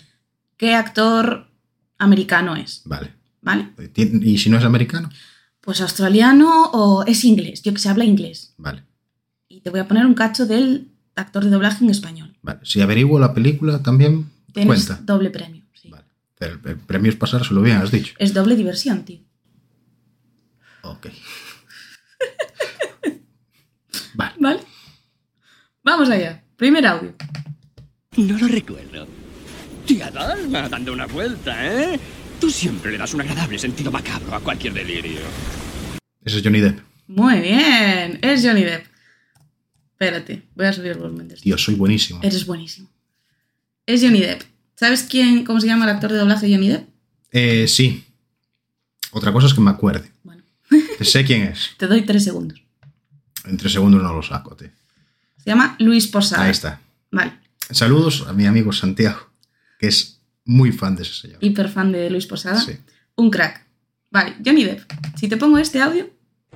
B: qué actor americano es,
A: Vale.
B: ¿vale?
A: Tien- ¿Y si no es americano?
B: Pues australiano o es inglés, yo que sé, habla inglés.
A: Vale,
B: Y te voy a poner un cacho del actor de doblaje en español.
A: vale. Si averiguo la película también,
B: Tienes
A: cuenta.
B: doble premio. sí.
A: Vale. Pero el- el premio es pasárselo bien, has dicho.
B: Es doble diversión, tío.
A: Ok. vale.
B: ¿Vale? Vamos allá. Primer audio.
E: No lo recuerdo. Tía Dalma, dando una vuelta, ¿eh? Tú siempre le das un agradable sentido macabro a cualquier delirio.
A: Ese es Johnny Depp.
B: Muy bien. Es Johnny Depp. Espérate, voy a subir el volumen de esto.
A: Tío, soy buenísimo.
B: Eres buenísimo. Es Johnny Depp. ¿Sabes quién, cómo se llama el actor de doblaje de Johnny Depp?
A: Eh, sí. Otra cosa es que me acuerde.
B: Bueno,
A: Que Sé quién es.
B: te doy tres segundos.
A: Entre segundos no lo saco, tío.
B: Se llama Luis Posada.
A: Ahí está.
B: Vale.
A: Saludos a mi amigo Santiago, que es muy fan de ese señor.
B: Hiper fan de Luis Posada.
A: Sí.
B: Un crack. Vale, Johnny Depp. Si te pongo este audio,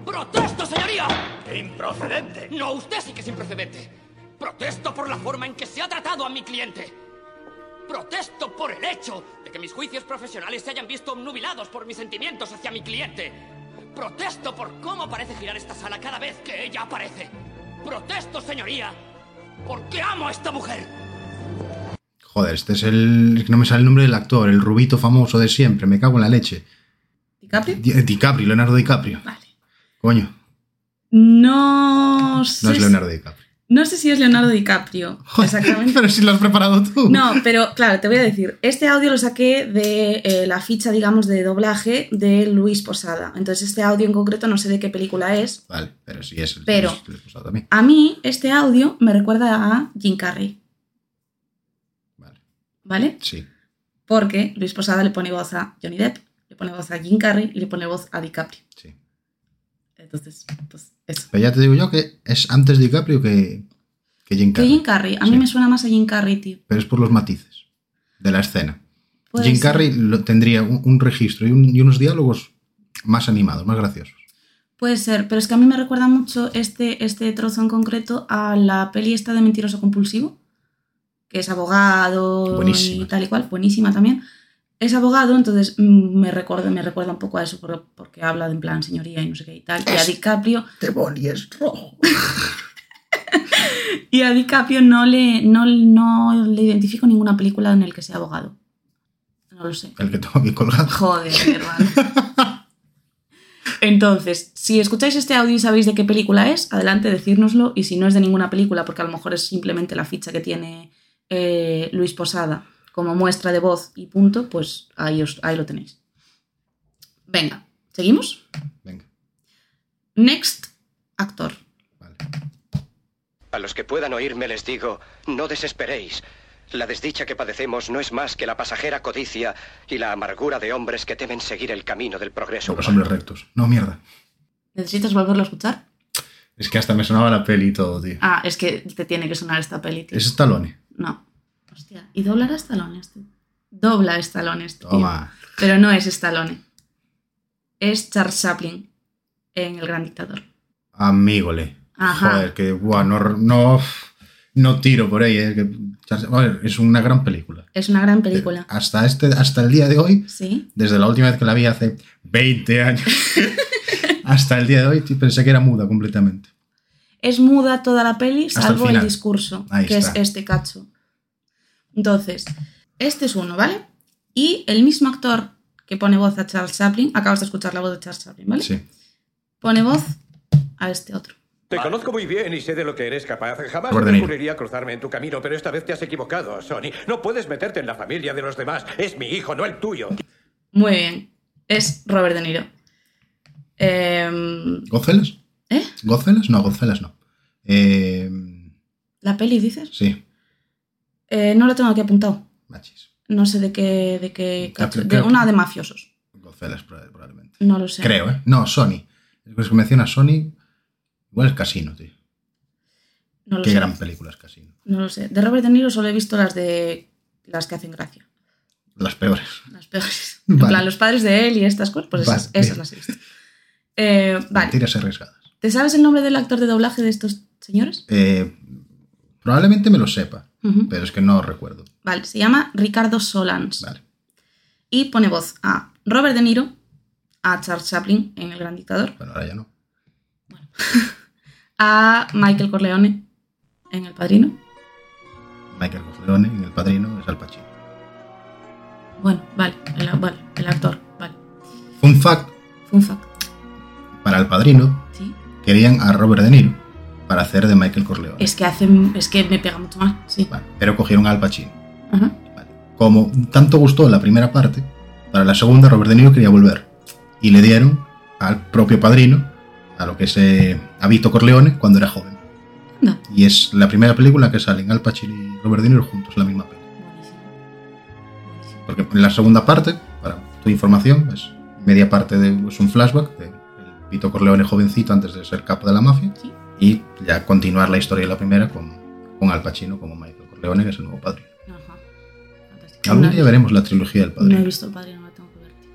E: ¡Protesto, señoría! ¡Improcedente! No, usted sí que es improcedente. Protesto por la forma en que se ha tratado a mi cliente. Protesto por el hecho de que mis juicios profesionales se hayan visto obnubilados por mis sentimientos hacia mi cliente. Protesto por cómo parece girar esta sala cada vez que ella aparece. Protesto, señoría, porque amo a esta mujer.
A: Joder, este es el. No me sale el nombre del actor, el rubito famoso de siempre. Me cago en la leche.
B: DiCaprio.
A: Di- eh, DiCaprio, Leonardo DiCaprio.
B: Vale.
A: Coño,
B: No sé,
A: no es Leonardo DiCaprio.
B: no sé si es Leonardo DiCaprio.
A: Joder,
B: Exactamente.
A: Pero si lo has preparado tú.
B: No, pero claro, te voy a decir, este audio lo saqué de eh, la ficha, digamos, de doblaje de Luis Posada. Entonces, este audio en concreto no sé de qué película es.
A: Vale, pero sí es el
B: Pero-
A: es el esposado también.
B: A mí, este audio me recuerda a Jim Carrey,
A: Vale,
B: ¿vale?
A: sí.
B: Porque Luis Posada le pone voz a Johnny Depp, le pone voz a Jim Carrey y le pone voz a DiCaprio.
A: Sí.
B: Entonces, pues eso.
A: Pero ya te digo yo que es antes DiCaprio que, que Jim
B: Que
A: Carrey.
B: Jim Carrey, a mí
A: Sí.
B: me suena más a Jim Carrey, tío.
A: Pero es por los matices de la escena.
B: Puede
A: Jim
B: ser.
A: Carrey lo- tendría un, un registro y, un- y unos diálogos más animados, más graciosos.
B: Puede ser, pero es que a mí me recuerda mucho este, este trozo en concreto a la peli esta de Mentiroso Compulsivo, que es abogado y
A: Buenísima.
B: tal y cual, buenísima también. Es abogado, entonces mm, me recuerda, me recuerda un poco a eso por- porque habla de en plan señoría y no sé qué y tal. Y a DiCaprio,
A: Te es rojo.
B: y a DiCaprio no le, no, no le identifico ninguna película en el que sea abogado. No lo sé.
A: El que tengo aquí colgado.
B: Joder, hermano. Entonces, si escucháis este audio y sabéis de qué película es, adelante, decírnoslo. Y si no es de ninguna película, porque a lo mejor es simplemente la ficha que tiene eh, Luis Posada como muestra de voz y punto, pues ahí, os- ahí lo tenéis. Venga, ¿seguimos?
A: Venga,
B: Next, actor.
A: vale.
F: A los que puedan oírme les digo, no desesperéis. La desdicha que padecemos no es más que la pasajera codicia y la amargura de hombres que temen seguir el camino del progreso.
A: Son los hombres rectos. No, mierda.
B: ¿Necesitas volverlo a escuchar?
A: Es que hasta me sonaba la peli y todo, tío.
B: Ah, es que te tiene que sonar esta peli, tío.
A: Es Stallone.
B: No. Hostia. ¿Y doblará Stallone este? Dobla Stallone este. tío.
A: Toma.
B: Pero no es Stallone. Es Charles Chaplin en El Gran Dictador.
A: Amígole.
B: Ajá.
A: Joder, que guau, no, no, no tiro por ahí. eh, que- a ver, es una gran película.
B: Es una gran película.
A: Hasta, este, hasta el día de hoy,
B: Sí.
A: desde la última vez que la vi hace 20 años, hasta el día de hoy tío, pensé que era muda completamente.
B: Es muda toda la peli,
A: Hasta el
B: salvo el,
A: final.
B: discurso,
A: Ahí
B: que
A: está.
B: es este cacho. Entonces, este es uno, ¿vale? Y el mismo actor que pone voz a Charles Chaplin, acabas de escuchar la voz de Charles Chaplin, ¿vale?
A: Sí.
B: Pone voz a este otro.
G: Te conozco muy bien y sé de lo que eres capaz. Jamás
A: Robert
G: se
A: De
G: me
A: Niro.
G: ocurriría cruzarme en tu camino, pero esta vez te has equivocado, Sonny. No puedes meterte en la familia de los demás. Es mi hijo, no el tuyo.
B: Muy bien. Es Robert De Niro. Em,
A: ¿Gocelas?
B: ¿Eh?
A: ¿Gocelas? No, Gocelas no. Eh,
B: ¿La peli dices?
A: sí,
B: Eh, no lo tengo aquí apuntado.
A: machis.
B: No sé de qué. De qué
A: Ah,
B: cacho-
A: creo-
B: de
A: creo-
B: una de mafiosos.
A: Gocelas proba- probablemente.
B: No lo sé.
A: Creo, ¿eh? No, Sony. Es que menciona Sony. Igual es Casino, tío.
B: No lo
A: Qué
B: sé.
A: gran película es Casino.
B: No lo sé. De Robert De Niro solo he visto las de. las que hacen gracia.
A: Las peores.
B: Las peores. En
A: Vale.
B: plan, los padres de él y estas cosas, pues esas,
A: Vale,
B: esas
A: bien.
B: las he visto. Eh, vale.
A: Mentiras arriesgadas.
B: ¿Te sabes el nombre del actor de doblaje de estos señores?
A: Eh, probablemente me lo sepa,
B: Ujú.
A: pero es que no recuerdo.
B: Vale, se llama Ricardo Solans.
A: Vale.
B: Y pone voz a Robert De Niro, a Charles Chaplin en El Gran Dictador,
A: Bueno, ahora ya no.
B: a Michael Corleone en El Padrino.
A: Michael Corleone en El Padrino es Al Pacino.
B: Bueno, vale, el, vale, el actor, vale.
A: Fun fact,
B: Fun fact,
A: para El Padrino
B: ¿sí?
A: querían a Robert De Niro para hacer de Michael Corleone.
B: Es que hacen, es que me pega mucho más, sí.
A: Vale, pero cogieron a Al Pacino.
B: Ajá.
A: Vale. Como tanto gustó la primera parte, para la segunda Robert De Niro quería volver. Y le dieron al propio padrino, a lo que es eh, a Vito Corleone, cuando era joven.
B: Anda.
A: Y es la primera película que salen Al Pacino y Robert De Niro juntos, la misma peli.
B: Buenísimo. Buenísimo.
A: Porque en la segunda parte, para tu información, es media parte de es un flashback de el Vito Corleone jovencito antes de ser capo de la mafia
B: Sí.
A: y ya continuar la historia de la primera con, con Al Pacino como Michael Corleone, que es el nuevo padrino.
B: Ajá. Fantástico.
A: Algún
B: No,
A: día veremos la trilogía del
B: No he
A: padrino.
B: visto El Padrino, la tengo que ver. tío.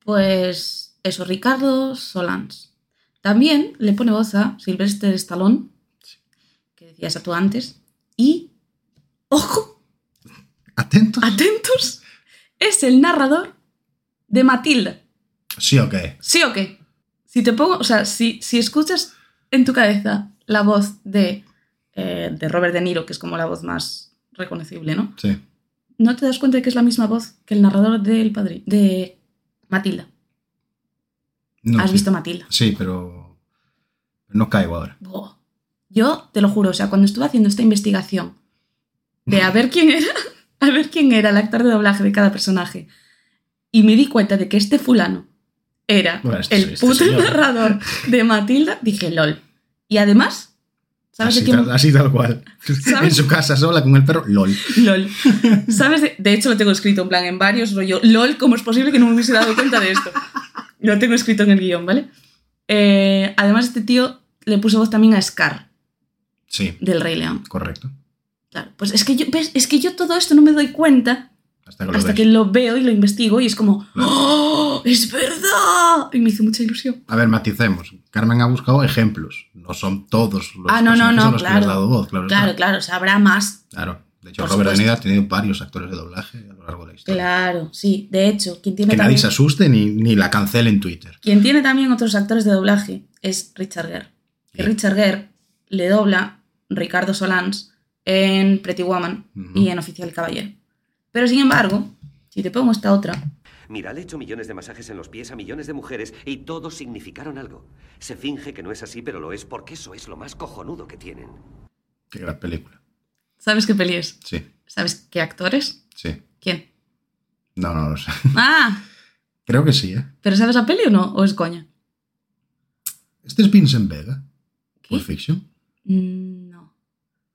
B: Pues eso, Ricardo Solans. También le pone voz a Sylvester Stallone, que decías tú antes, y, ojo,
A: ¿Atentos?
B: Ah. atentos, es el narrador de Matilda.
A: Sí o qué.
B: ¿Sí o qué? Si te pongo, o sea, si, si escuchas en tu cabeza la voz de, eh, de Robert De Niro, que es como la voz más reconocible, ¿no?
A: Sí.
B: No te das cuenta de que es la misma voz que el narrador del padre, de Matilda.
A: No,
B: ¿Has
A: sí.
B: visto Matilda?
A: Sí, pero no caigo ahora.
B: Buah. Yo te lo juro, o sea, cuando estuve haciendo esta investigación de a ver quién era, a ver quién era el actor de doblaje de cada personaje, y me di cuenta de que este fulano era
A: Bueno, este-
B: el
A: este
B: puto
A: señor, ¿eh?
B: narrador de Matilda, dije lol. Y además, ¿sabes
A: Así,
B: de quién?
A: tal, así tal cual. En su casa sola con el perro, lol.
B: LOL. ¿Sabes? De, de hecho, lo tengo escrito en plan en varios, rollo. LOL, ¿cómo es posible que no me hubiese dado cuenta de esto? Lo tengo escrito en el guión, ¿vale? Eh, además, este tío le puso voz también a Scar,
A: Sí,
B: del Rey León.
A: correcto.
B: Claro, pues es que yo, ves, es que yo todo esto no me doy cuenta
A: Hasta que lo
B: hasta
A: ves.
B: que lo veo y lo investigo y es como, ¡Oh! ¡Es verdad! Y me hizo mucha ilusión.
A: A ver, maticemos. Carmen ha buscado ejemplos. No son todos los
B: Ah, no, no,
A: personajes
B: no,
A: a los que
B: claro.
A: le has dado voz, claro.
B: Claro,
A: está.
B: claro, o sea, habrá más.
A: Claro. De hecho,
B: Por
A: Robert De
B: supuesto.
A: Niro ha tenido varios actores de doblaje a lo largo de la historia.
B: Claro, sí. De hecho, quien tiene,
A: Que nadie
B: también,
A: se asuste ni, ni la cancele en Twitter.
B: quien tiene también otros actores de doblaje es Richard Gere. Que
A: Sí.
B: Richard Gere le dobla Ricardo Solans en Pretty Woman
A: Ujú.
B: y en Oficial Caballero. Pero sin embargo, si te pongo esta otra,
H: Mira, le he hecho millones de masajes en los pies a millones de mujeres y todos significaron algo. Se finge que no es así, pero lo es porque eso es lo más cojonudo que tienen.
A: Qué gran película.
B: ¿sabes qué peli es?
A: Sí,
B: ¿Sabes qué actores?
A: sí.
B: ¿Quién?
A: No, no lo sé.
B: ¡Ah!
A: Creo que sí, ¿eh?
B: ¿Pero sabes la peli o no? ¿O es coña?
A: Este es Vincent Vega.
B: ¿Qué?
A: Pulp Fiction.
B: Mm, No.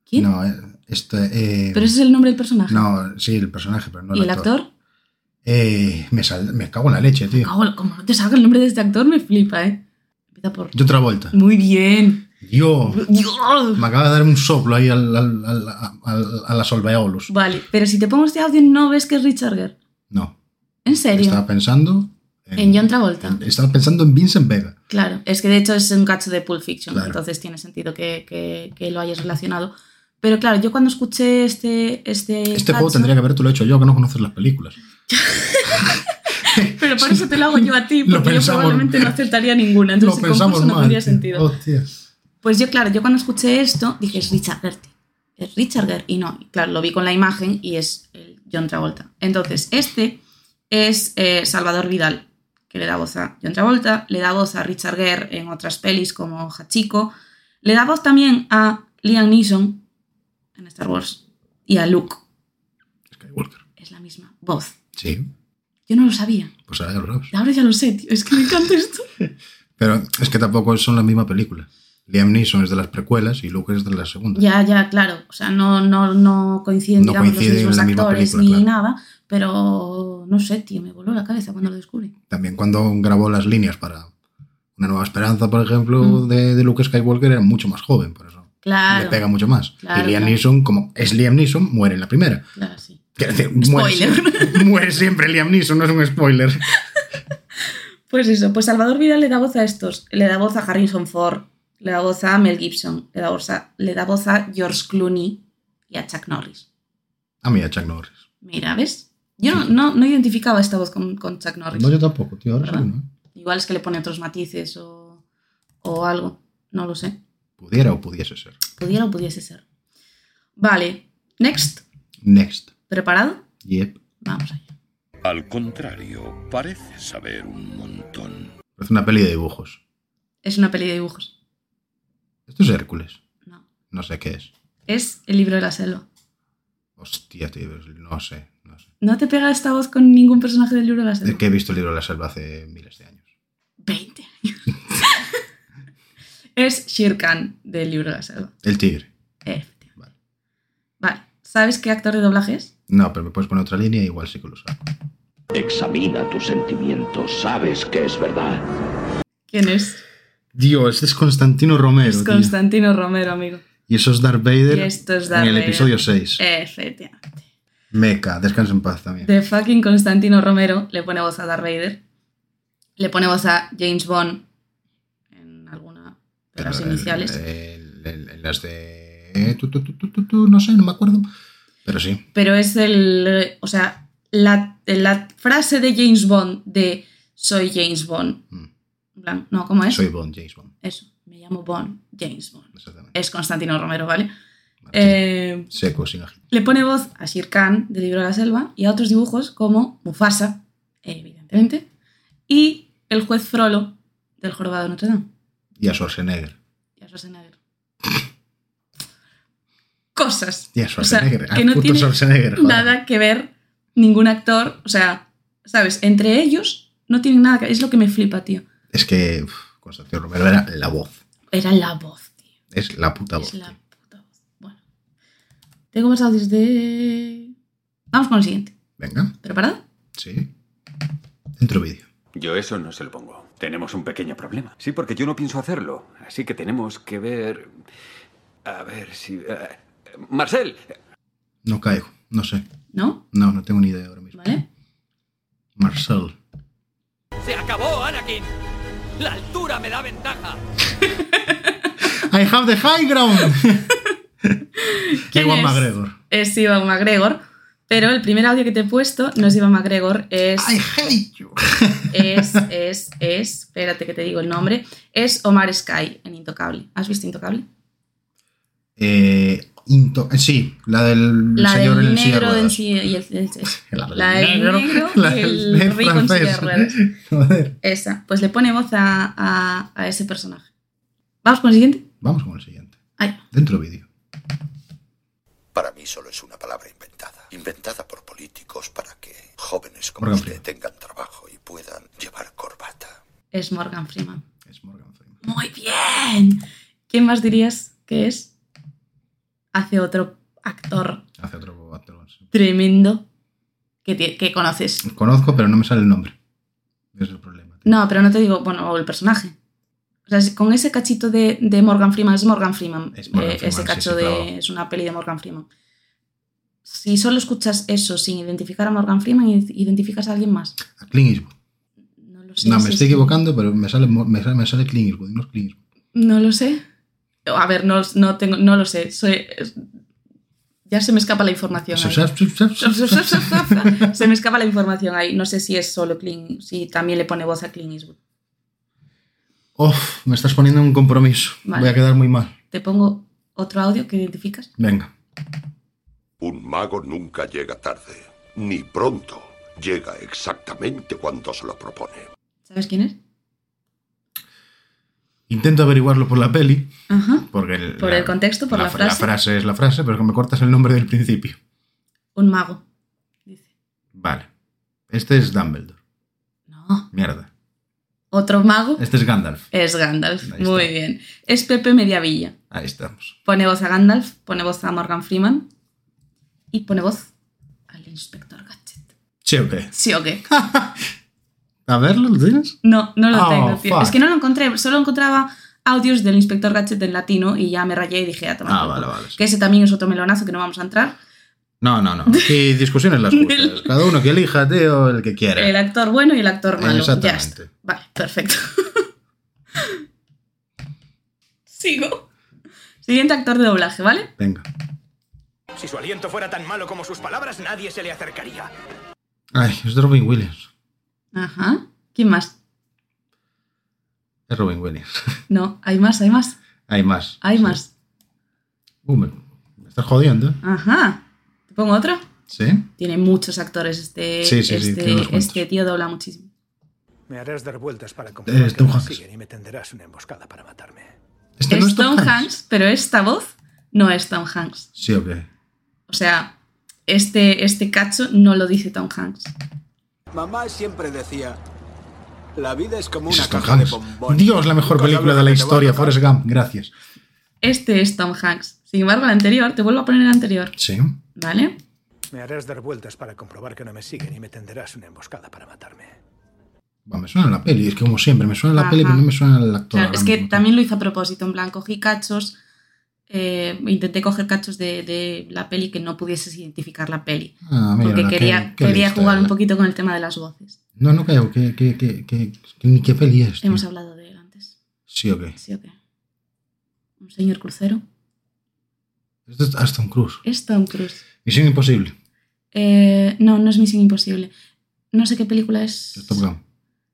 B: ¿Quién?
A: No, eh, Este, eh,
B: Pero ese es el nombre del personaje.
A: No, sí, el personaje, pero no el
B: ¿Y el
A: actor.
B: actor? Ah.
A: Eh, me, sal- me cago en la leche, tío.
B: Cago, como no te salga el nombre de este actor, me flipa, ¿eh? Empieza por.
A: De otra vuelta.
B: Muy bien.
A: Yo
B: Dios.
A: me acaba de dar un soplo ahí al, al- al- al- a las alveolos.
B: Vale, pero si te pongo este audio, no ves que es Richard Gere.
A: No,
B: ¿En serio?
A: estaba pensando
B: En John Travolta.
A: en- estaba pensando en Vincent Vega.
B: Claro, es que de hecho es un cacho de Pulp Fiction,
A: Claro.
B: entonces tiene sentido que, que- que lo hayas relacionado. Pero claro, yo cuando escuché este. Este,
A: Este juego
B: cacho-
A: tendría que haber lo hecho yo, que no conoces las películas.
B: Pero por eso te lo hago yo a ti,
A: Lo
B: porque yo
A: pensamos-
B: probablemente no aceptaría ninguna. Entonces el
A: lo
B: concurso
A: pensamos
B: no
A: mal.
B: tendría
A: tío.
B: sentido.
A: Hostia.
B: Pues yo, claro, yo cuando escuché esto dije, es Richard Gere. tío. Es Richard Gere. Y no, y claro, lo vi con la imagen y es el John Travolta. Entonces, este es eh, Salvador Vidal, que le da voz a John Travolta, le da voz a Richard Gere en otras pelis como Hachiko, le da voz también a Liam Neeson en Star Wars y a Luke.
A: Skywalker.
B: Es la misma voz.
A: Sí,
B: Yo no lo sabía.
A: pues ahora ya lo sabes.
B: Y ahora ya lo sé, tío. Es que me encanta esto.
A: Pero es que tampoco son la misma película. Liam Neeson es de las precuelas y Luke es de la segunda.
B: Ya, ya, claro. O sea, no, no, no coinciden,
A: No
B: digamos,
A: coinciden
B: los mismos
A: en la misma
B: actores
A: película,
B: ni
A: claro.
B: nada, pero no sé, tío, me voló la cabeza cuando lo descubrí.
A: También cuando grabó las líneas para Una Nueva Esperanza, por ejemplo,
B: Mm.
A: de, de Luke Skywalker era mucho más joven, por eso
B: Claro.
A: le pega mucho más.
B: Claro,
A: y Liam
B: claro.
A: Neeson, como es Liam Neeson, muere en la primera.
B: Claro, sí.
A: Quiero decir, muere
B: Spoiler.
A: siempre- muere siempre Liam Neeson, no es un spoiler.
B: Pues eso, pues Salvador Vidal le da voz a estos. Le da voz a Harrison Ford, le da voz a Mel Gibson, le da voz a, le da voz a George Clooney y a Chuck Norris.
A: A mí, a Chuck Norris.
B: Mira, ¿ves? Yo no, no, no identificaba esta voz con, con Chuck Norris.
A: No, yo tampoco, tío, ahora sí,
B: ¿Verdad?
A: ¿no?
B: Igual es que le pone otros matices o, o algo. No lo sé.
A: Pudiera o pudiese ser.
B: Pudiera o pudiese ser. Vale. Next.
A: Next.
B: ¿Preparado?
A: Yep.
B: Vamos allá.
D: Al contrario, parece saber un montón.
A: Es una peli de dibujos.
B: Es una peli de dibujos.
A: Esto es Hércules.
B: No.
A: No sé qué es.
B: Es el libro de la selva.
A: Hostia, tío, no sé, no sé.
B: No te pega esta voz con ningún personaje del libro de la
A: Es
B: selva.
A: que he visto el libro de la selva hace miles de años.
B: 20 años. es Shere Khan del libro de la selva.
A: El tigre.
B: Efectivamente.
A: Vale.
B: Vale. ¿Sabes qué actor de doblaje es?
A: No, pero me puedes poner otra línea, igual sí que lo sabe.
D: Examina tus sentimientos, sabes que es verdad.
B: ¿Quién es?
A: Dios, este es Constantino Romero.
B: es
A: tío.
B: Constantino Romero, amigo.
A: Y eso es Darth Vader
B: Y esto es
A: en
B: Darth
A: el
B: Vader.
A: episodio 6.
B: Efectivamente.
A: Meca, descansa en paz también.
B: De fucking Constantino Romero le pone voz a Darth Vader. Le pone voz a James Bond en alguna de
A: Pero
B: las
A: el-
B: iniciales.
A: el- el- el- las de... eh, tu, tu, tu, tu, tu, tu, no sé, no me acuerdo. Pero sí,
B: pero es el. O sea, la, la frase de James Bond de soy James Bond.
A: Mm.
B: en plan, No, ¿cómo es?
A: soy Bond, James Bond.
B: Eso, me llamo Bond, James Bond.
A: Exactamente.
B: Es Constantino Romero, ¿vale?
A: Vale,
B: Eh,
A: sí. Seco, sin ají.
B: le pone voz a Shere Khan del libro de la selva y a otros dibujos como Mufasa, evidentemente, y el juez Frollo del jorobado de Notre Dame.
A: Y a Schwarzenegger.
B: Y a Schwarzenegger. Cosas.
A: Y a
B: O sea,
A: Schwarzenegger.
B: que
A: al
B: no
A: puto
B: tiene
A: Schwarzenegger, joder.
B: nada que ver ningún actor, o sea, sabes, entre ellos no tienen nada que ver, es lo que me flipa, tío.
A: Es que uf, Constantino Romero era la voz.
B: Era la voz, tío.
A: Es la puta voz.
B: es la
A: tío.
B: puta voz. Bueno. Tengo más audios de... Vamos con el siguiente.
A: Venga,
B: ¿Preparado?
A: sí. Dentro vídeo.
I: Yo eso no se lo pongo. Tenemos un pequeño problema. Sí, porque yo no pienso hacerlo. Así que tenemos que ver... A ver si... eh, Marcel,
A: No caigo, no sé.
B: ¿No?
A: No, no tengo ni idea ahora mismo.
B: ¿Vale?
A: Marcel.
E: ¡Se acabó, Anakin! ¡La altura me da ventaja!
A: I have the high ground.
B: ¿Quién
A: Iwan
B: es?
A: McGregor.
B: Es Ivan McGregor, pero el primer audio que te he puesto no es Ivan McGregor, es...
A: I hate you.
B: Es, es, es, espérate que te digo el nombre, es Omar Sky en Intocable. ¿Has visto Intocable?
A: Eh, into- eh, sí, la del
B: La
A: señor en
B: del
A: el silla de
B: negro del
A: ruedas.
B: silla- y el, el-
A: La del
B: la del negro,
A: la
B: y
A: del
B: el rico en silla de ruedas.
A: Joder.
B: Esa, pues le pone voz a, a- a ese personaje. Vamos con el siguiente.
A: Vamos con el siguiente.
B: Ay,
A: Dentro vídeo.
J: Para mí solo es una palabra inventada, inventada por políticos para que jóvenes como
A: Morgan
J: usted
A: Freeman.
J: tengan trabajo y puedan llevar corbata.
B: es Morgan Freeman.
A: Es Morgan Freeman.
B: Muy bien. ¿Quién más dirías que es? Hace otro actor
A: Hace otro Bob Actor.
B: tremendo que, tie- que conoces.
A: Conozco, pero no me sale el nombre. Ese es el problema.
B: No, pero no te digo, bueno, o el personaje. O sea, si- con ese cachito de, de Morgan Freeman, es Morgan Freeman.
A: Es Morgan
B: eh,
A: Freeman,
B: ese
A: sí,
B: cacho
A: sí,
B: de.
A: claro.
B: Es una peli de Morgan Freeman. Si solo escuchas eso sin identificar a Morgan Freeman, id- identificas a alguien más.
A: A Clint Eastwood.
B: No lo sé.
A: no, me
B: si es
A: estoy
B: que-
A: equivocando, pero me sale, mo- me sale, me sale Clint Eastwood, no es Clint Eastwood.
B: No lo sé. A ver, no, no, tengo, no lo sé. Soy- es- ya se me escapa la información. ahí. se me escapa la información ahí. No sé si es solo Clint, si también le pone voz a Clint Eastwood.
A: Uf, me estás poniendo en un compromiso.
B: Vale.
A: Voy a quedar muy mal.
B: Te pongo otro audio que identificas.
A: Venga.
J: Un mago nunca llega tarde, ni pronto. Llega exactamente cuando se lo propone.
B: ¿Sabes quién es?
A: Intento averiguarlo por la peli,
B: Ajá.
A: porque el,
B: Por
A: la-
B: el contexto, por la,
A: fra-
B: frase.
A: es la frase, pero es que me cortas el nombre del principio.
B: Un mago. Dice.
A: Vale. Este es Dumbledore.
B: No.
A: Mierda.
B: Otro mago
A: Este es Gandalf.
B: es Gandalf.
A: Ahí está.
B: Muy bien. Es Pepe Mediavilla.
A: Ahí estamos.
B: Pone voz a Gandalf, pone voz a Morgan Freeman y pone voz al inspector Gadget.
A: Chévere.
B: ¿Sí o qué?
A: A verlo, ¿lo tienes?
B: No, no lo
A: Oh,
B: tengo, tío.
A: fuck.
B: Es que no lo encontré, solo encontraba audios del inspector Gadget en latino y ya me rayé y dije, a tomar.
A: Ah,
B: por
A: vale,
B: culo.
A: vale.
B: Que ese también es otro melonazo que no vamos a entrar.
A: No, no, no. Aquí discusiones las justas. Cada uno que elija, tío, el que quiera.
B: El actor bueno y el actor malo. Ya está.
A: Exactamente.
B: Vale, perfecto. Sigo. Siguiente actor de doblaje, ¿vale?
A: Venga.
G: Si su aliento fuera tan malo como sus palabras, nadie se le acercaría.
A: Ay, es de Robin Williams.
B: Ajá. ¿Quién más?
A: Es Robin Williams.
B: No, hay más, hay más,
A: Hay más.
B: hay
A: Sí.
B: más.
A: Uh, me, me estás jodiendo.
B: Ajá. ¿Te pongo otro?
A: Sí.
B: Tiene muchos actores este,
A: Sí, sí, sí,
B: este,
A: tiene unos cuantos.
B: este tío dobla muchísimo.
K: Me harás dar vueltas para
A: Eh,
K: comprobar que
A: Tom
K: me
A: Hanks.
K: siguen y me tenderás una emboscada para matarme.
A: Este
B: es
A: no es Tom Hanks.
B: pero esta voz no es Tom Hanks.
A: Sí, ok.
B: O sea, este, este cacho no lo dice Tom Hanks.
L: Mamá siempre decía, la vida es como
A: Ese
L: una
A: es Tom
L: caja de
A: Hanks.
L: bombones.
A: Dios, la mejor
L: Nunca
A: película
L: sabes
A: de la
L: lo que te va a
A: historia,
L: tocar".
A: Forrest Gump. Gracias.
B: Este es Tom Hanks. Sin embargo, el anterior, te vuelvo a poner el anterior,
A: Sí.
B: ¿vale?
K: Me harás dar vueltas para comprobar que no me siguen y me tenderás una emboscada para matarme.
A: Va, me suena la peli. Es que como siempre, me suena la
B: Ajá.
A: peli, pero no me suena el actor.
B: Claro,
A: ahora
B: es que
A: mismo.
B: también lo hice a propósito, en plan, cogí cachos, eh, intenté coger cachos de, de la peli que no pudieses identificar la peli,
A: Ah, mira,
B: porque
A: qué-
B: quería,
A: qué
B: quería
A: lista
B: jugar
A: ella.
B: un poquito con el tema de las voces.
A: No, no creo. ¿Qué, qué, qué, qué, ni qué peli es? tío.
B: Hemos hablado de él antes,
A: Sí, ok.
B: ¿sí o qué? Un señor crucero.
A: Esto es Aston Cruz.
B: Es Tom Cruise.
A: Misión Imposible.
B: Eh, no, no es Misión Imposible. No sé qué película es.
A: Es Top Gun.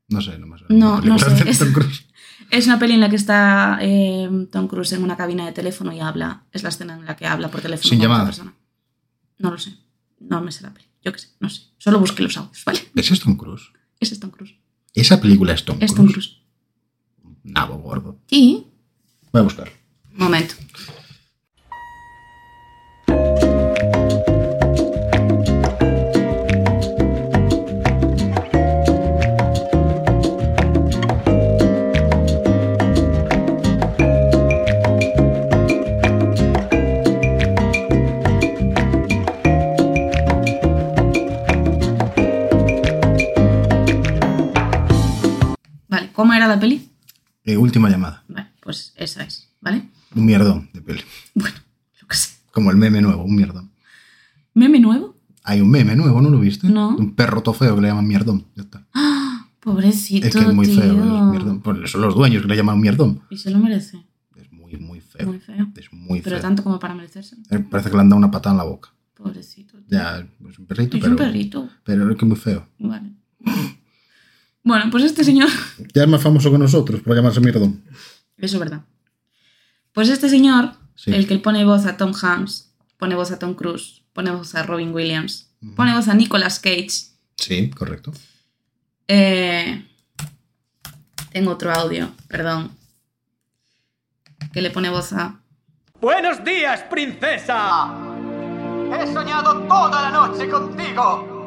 A: No sé, no me suena.
B: No,
A: Una
B: no
A: película
B: sé.
A: de
B: Es,
A: Tom Cruise.
B: es una peli en la que está eh, Tom Cruise en una cabina de teléfono y habla. Es la escena en la que habla por teléfono
A: Sin
B: con otra
A: llamada.
B: persona. No lo sé. No me sé la peli. Yo qué sé, no sé. Solo busqué los audios, ¿vale?
A: ¿Ese es Tom Cruise?
B: Ese es Tom Cruise.
A: Esa película es Tom
B: Es
A: Cruise.
B: Tom Cruise.
A: Nabo gordo.
B: Y.
A: Voy a buscar.
B: Momento. Vale, ¿cómo era la peli?
A: Eh, última llamada.
B: Vale, pues esa es, ¿vale?
A: Un mierdón de peli.
B: Lo que sé.
A: Como el meme nuevo, un mierdón.
B: ¿Meme nuevo?
A: Hay un meme nuevo, ¿no lo viste?
B: No.
A: Un perro tofeo que le llaman mierdón. Ya está.
B: ¡Ah! Pobrecito.
A: es que es muy
B: tío.
A: feo. Es mierdón. Pues son los dueños que le llaman mierdón.
B: Y se lo merece.
A: Es muy, muy feo.
B: Muy feo.
A: Es muy
B: pero
A: feo.
B: tanto como para merecerse.
A: Eh, Parece que le han dado una patada en la boca.
B: Pobrecito. tío.
A: Ya, es un perrito,
B: es
A: pero.
B: un perrito.
A: Pero es que es muy feo.
B: Vale. Bueno, pues este señor.
A: Ya es más famoso que nosotros por llamarse mierdón.
B: Eso es verdad. Pues este señor,
A: Sí.
B: el que pone voz a Tom Hanks, pone voz a Tom Cruise, pone voz a Robin Williams, pone voz a Nicolas Cage.
A: Sí, correcto.
B: eh, tengo otro audio, perdón. Que le pone voz a.
G: Buenos días, princesa.
E: Ah, He soñado toda la noche contigo.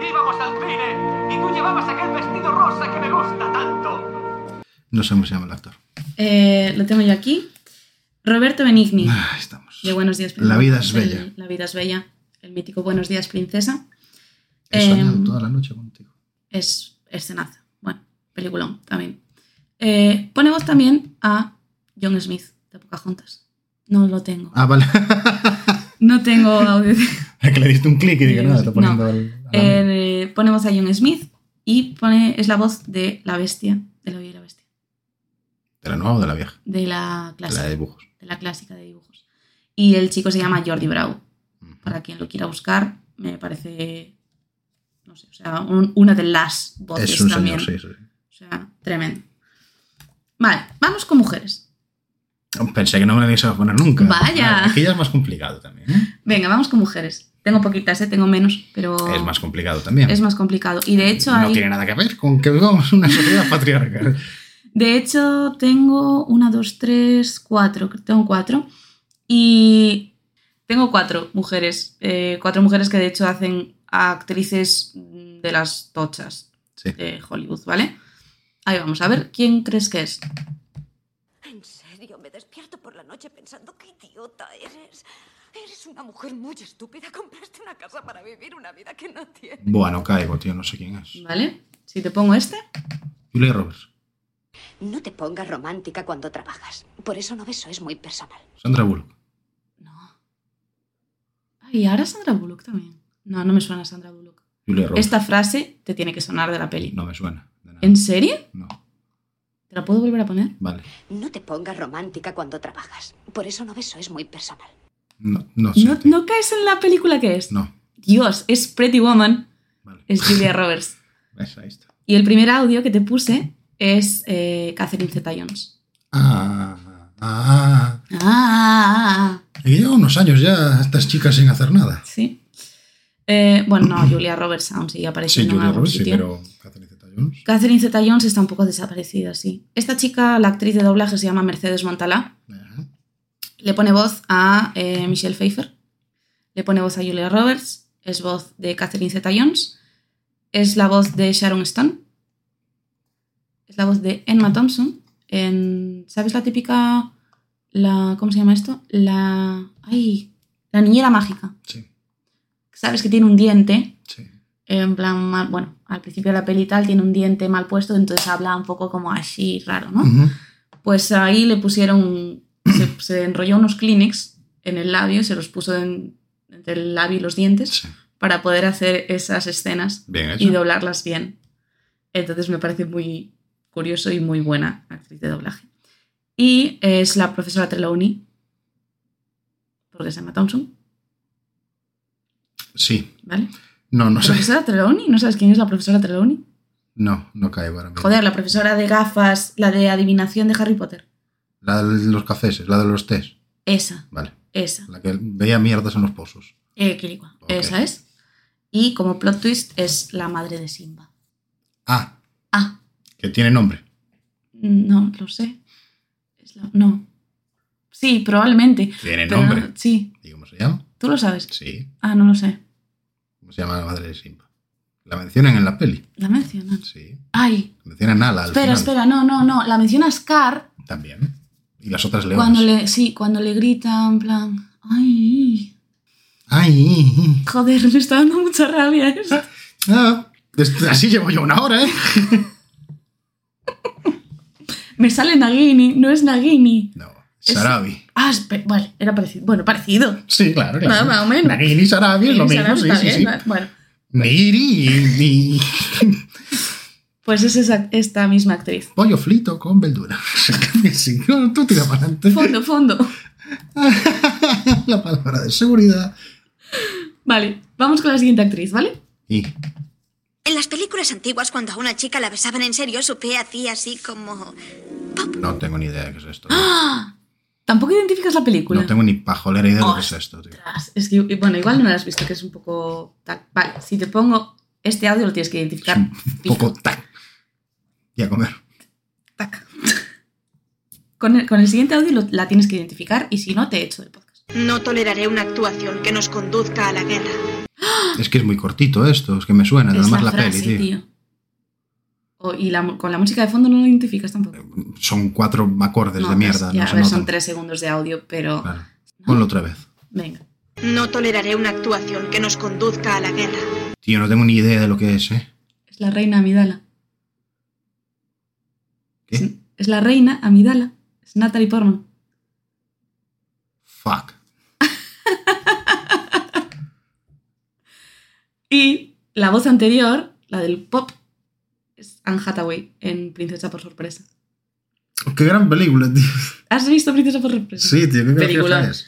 E: Íbamos al cine y tú llevabas aquel vestido rosa que me gusta tanto.
A: No sé cómo se llama el actor.
B: Eh, lo tengo yo aquí. Roberto Benigni.
A: Ah, estamos. Dios.
B: De Buenos días,
A: La vida es
B: el-
A: bella.
B: la vida es bella. El mítico Buenos días, princesa.
A: He soñado
B: Em,
A: toda la noche contigo.
B: es escenaza. Bueno, peliculón también. Eh, ponemos también a John Smith de Pocahontas. No lo tengo.
A: Ah, vale.
B: No tengo audio. de-
A: que le diste un clic y dije, nada, está
B: No. em,
A: poniendo al- a la-
B: Eh, ponemos a John Smith y pone, es la voz de la bestia, de la Bella y la bestia,
A: ¿De la nueva o de la vieja? De
B: de la
A: la
B: clásica.
A: de dibujos.
B: de la clásica de dibujos. Y el chico se llama Jordi Brau.
A: Mm.
B: Para quien lo quiera buscar, me parece. No sé, o sea, un- una de las voces
A: Es un
B: también.
A: señor, sí, sí. sí.
B: O sea, tremendo. Vale, vamos con mujeres.
A: Pensé que no me la ibas a poner nunca.
B: Vaya.
A: Aquí ya es más complicado también. ¿eh?
B: Venga, vamos con mujeres. Tengo poquitas, ¿eh? tengo menos, pero.
A: Es más complicado también.
B: es más complicado. Y de hecho,
A: no
B: hay-
A: tiene nada que ver con que vivamos en una sociedad patriarcal.
B: de hecho tengo una, dos, tres, cuatro. Tengo cuatro. Y tengo cuatro mujeres. eh, cuatro mujeres que de hecho hacen a actrices de las tochas de Hollywood, ¿vale? Ahí vamos a ver quién crees que es.
C: En serio, me despierto por la noche pensando qué idiota eres. Eres una mujer muy estúpida. Compraste una casa para vivir una vida que no tienes.
A: Bueno, caigo, tío, no sé quién es.
B: ¿Vale? Si te pongo este.
A: Julia Roberts,
C: No te pongas romántica cuando trabajas. Por eso no beso es muy personal.
A: Sandra Bullock.
B: Y ahora Sandra Bullock también. No, no me suena Sandra Bullock.
A: Julia Roberts.
B: Esta frase te tiene que sonar de la peli.
A: No me suena.
B: ¿En serio?
A: No.
B: ¿Te la puedo volver a poner?
A: Vale.
C: No te pongas romántica cuando trabajas. Por eso no beso es muy personal.
A: No, no sé.
B: ¿No, no caes en la película que es?
A: No.
B: Dios, es Pretty Woman. Es Julia Roberts.
A: ¿Ves? Ahí está.
B: Y el primer audio que te puse es eh, Catherine Zeta-Jones.
A: Ah, ah.
B: Ah, ah, ah, ah.
A: Y lleva unos años ya estas chicas sin hacer nada.
B: Sí. Eh, bueno, no, Julia Roberts aún sigue
A: Sí,
B: apareciendo en
A: Julia
B: algún
A: Roberts, sí,
B: sitio.
A: pero
B: Catherine Zeta-Jones está un poco desaparecida, sí. Esta chica, la actriz de doblaje, se llama Mercedes Montalá. Le pone voz a eh, Michelle Pfeiffer. Le pone voz a Julia Roberts. Es voz de Catherine Zeta-Jones. Es la voz de Sharon Stone. Es la voz de Emma Thompson. En, ¿Sabes la típica... La, ¿Cómo se llama esto? La... ¡Ay! La niñera mágica.
A: Sí.
B: ¿Sabes que tiene un diente? En plan, mal- bueno, al principio de la peli y tal tiene un diente mal puesto, entonces habla un poco como así raro, ¿no?
A: Ujú.
B: Pues ahí le pusieron, un- se, se enrolló unos Kleenex en el labio, se los puso en- entre el labio y los dientes para poder hacer esas escenas
A: Bien hecho.
B: y doblarlas bien. Entonces me parece muy curioso y muy buena actriz de doblaje. Y es la profesora Trelawney, porque se llama Thompson,
A: Sí.
B: ¿vale?
A: No, no sé.
B: ¿Profesora Trelawney? ¿No sabes quién es la profesora Trelawney?
A: No, no caigo ahora mismo.
B: Joder, la profesora de gafas, la de adivinación de Harry Potter.
A: La de los cafeses, la de los tés.
B: Esa,
A: Vale.
B: esa.
A: La que veía mierdas en los pozos.
B: Eh, Quilicua. Esa es. Y como plot twist es la madre de Simba.
A: Ah.
B: Ah.
A: Que tiene nombre.
B: No, lo sé. Es la- No. Sí, probablemente.
A: Tiene
B: Pero-
A: nombre.
B: Sí.
A: ¿Y cómo se llama?
B: ¿Tú lo sabes?
A: Sí.
B: Ah, no lo sé.
A: ¿Cómo se llama la madre de Simba? La mencionan en la peli.
B: La mencionan.
A: Sí.
B: Ay,
A: Mencionan a Nala al
B: espera,
A: final.
B: espera, no, no, no. La menciona Scar
A: También. Y las otras leonas.
B: cuando le, sí, cuando le grita en plan, ay,
A: Ay.
B: joder, me está dando mucha rabia esto.
A: Ah, es- así llevo yo una hora, ¿eh?
B: Me sale Nagini, no es Nagini. Es-
A: Sarabi.
B: Ah, espe- vale, era parecido. Bueno, parecido.
A: Sí, claro, claro.
B: Más, más o menos.
A: Nagini y Sarabi es lo
B: Nagini,
A: mismo,
B: Sarabi ¿eh?
A: sí,
B: está
A: sí,
B: bien,
A: sí.
B: ¿no? Bueno,
A: Niri y
B: pues es esa- esta misma actriz.
A: pollo frito con verdura. sí, no, tú tira para adelante.
B: Fondo, fondo.
A: La palabra de seguridad.
B: Vale, vamos con la siguiente actriz, ¿vale?
A: Y
M: En las películas antiguas, cuando a una chica la besaban en serio, su pie hacía así como...
A: no tengo ni idea de qué es esto.
B: ¡Ah! Tampoco identificas la película.
A: No tengo ni pajolera idea de qué es esto, tío.
B: Es que, bueno, igual no la has visto, que es un poco tal. Vale, si te pongo este audio lo tienes que identificar.
A: Poco tac. Y a comer.
B: Con el, con el siguiente audio lo- la tienes que identificar y si no, te echo del podcast.
M: No toleraré una actuación que nos conduzca a la guerra.
A: Es que es muy cortito esto, es que me suena, nada
B: Es
A: más la,
B: frase,
A: peli, tío.
B: O- y la mu- con la música de fondo no lo identificas tampoco.
A: Son cuatro acordes
B: No,
A: de
B: tres,
A: mierda,
B: ya,
A: no
B: a
A: se
B: ver,
A: notan.
B: son tres segundos de audio, pero.
A: Ponlo otra vez.
B: Venga.
M: No toleraré una actuación que nos conduzca a la guerra.
A: Tío, no tengo ni idea de lo que es, ¿eh?
B: Es la reina Amidala.
A: ¿Qué?
B: Es la reina Amidala. Es Natalie Portman.
A: Fuck.
B: Y la voz anterior, la del pop, es Anne Hathaway en Princesa por Sorpresa.
A: Qué gran película, tío.
B: ¿Has visto Princesa por Sorpresa?
A: Sí, tío, qué
B: Peliculón.
A: graciosa es.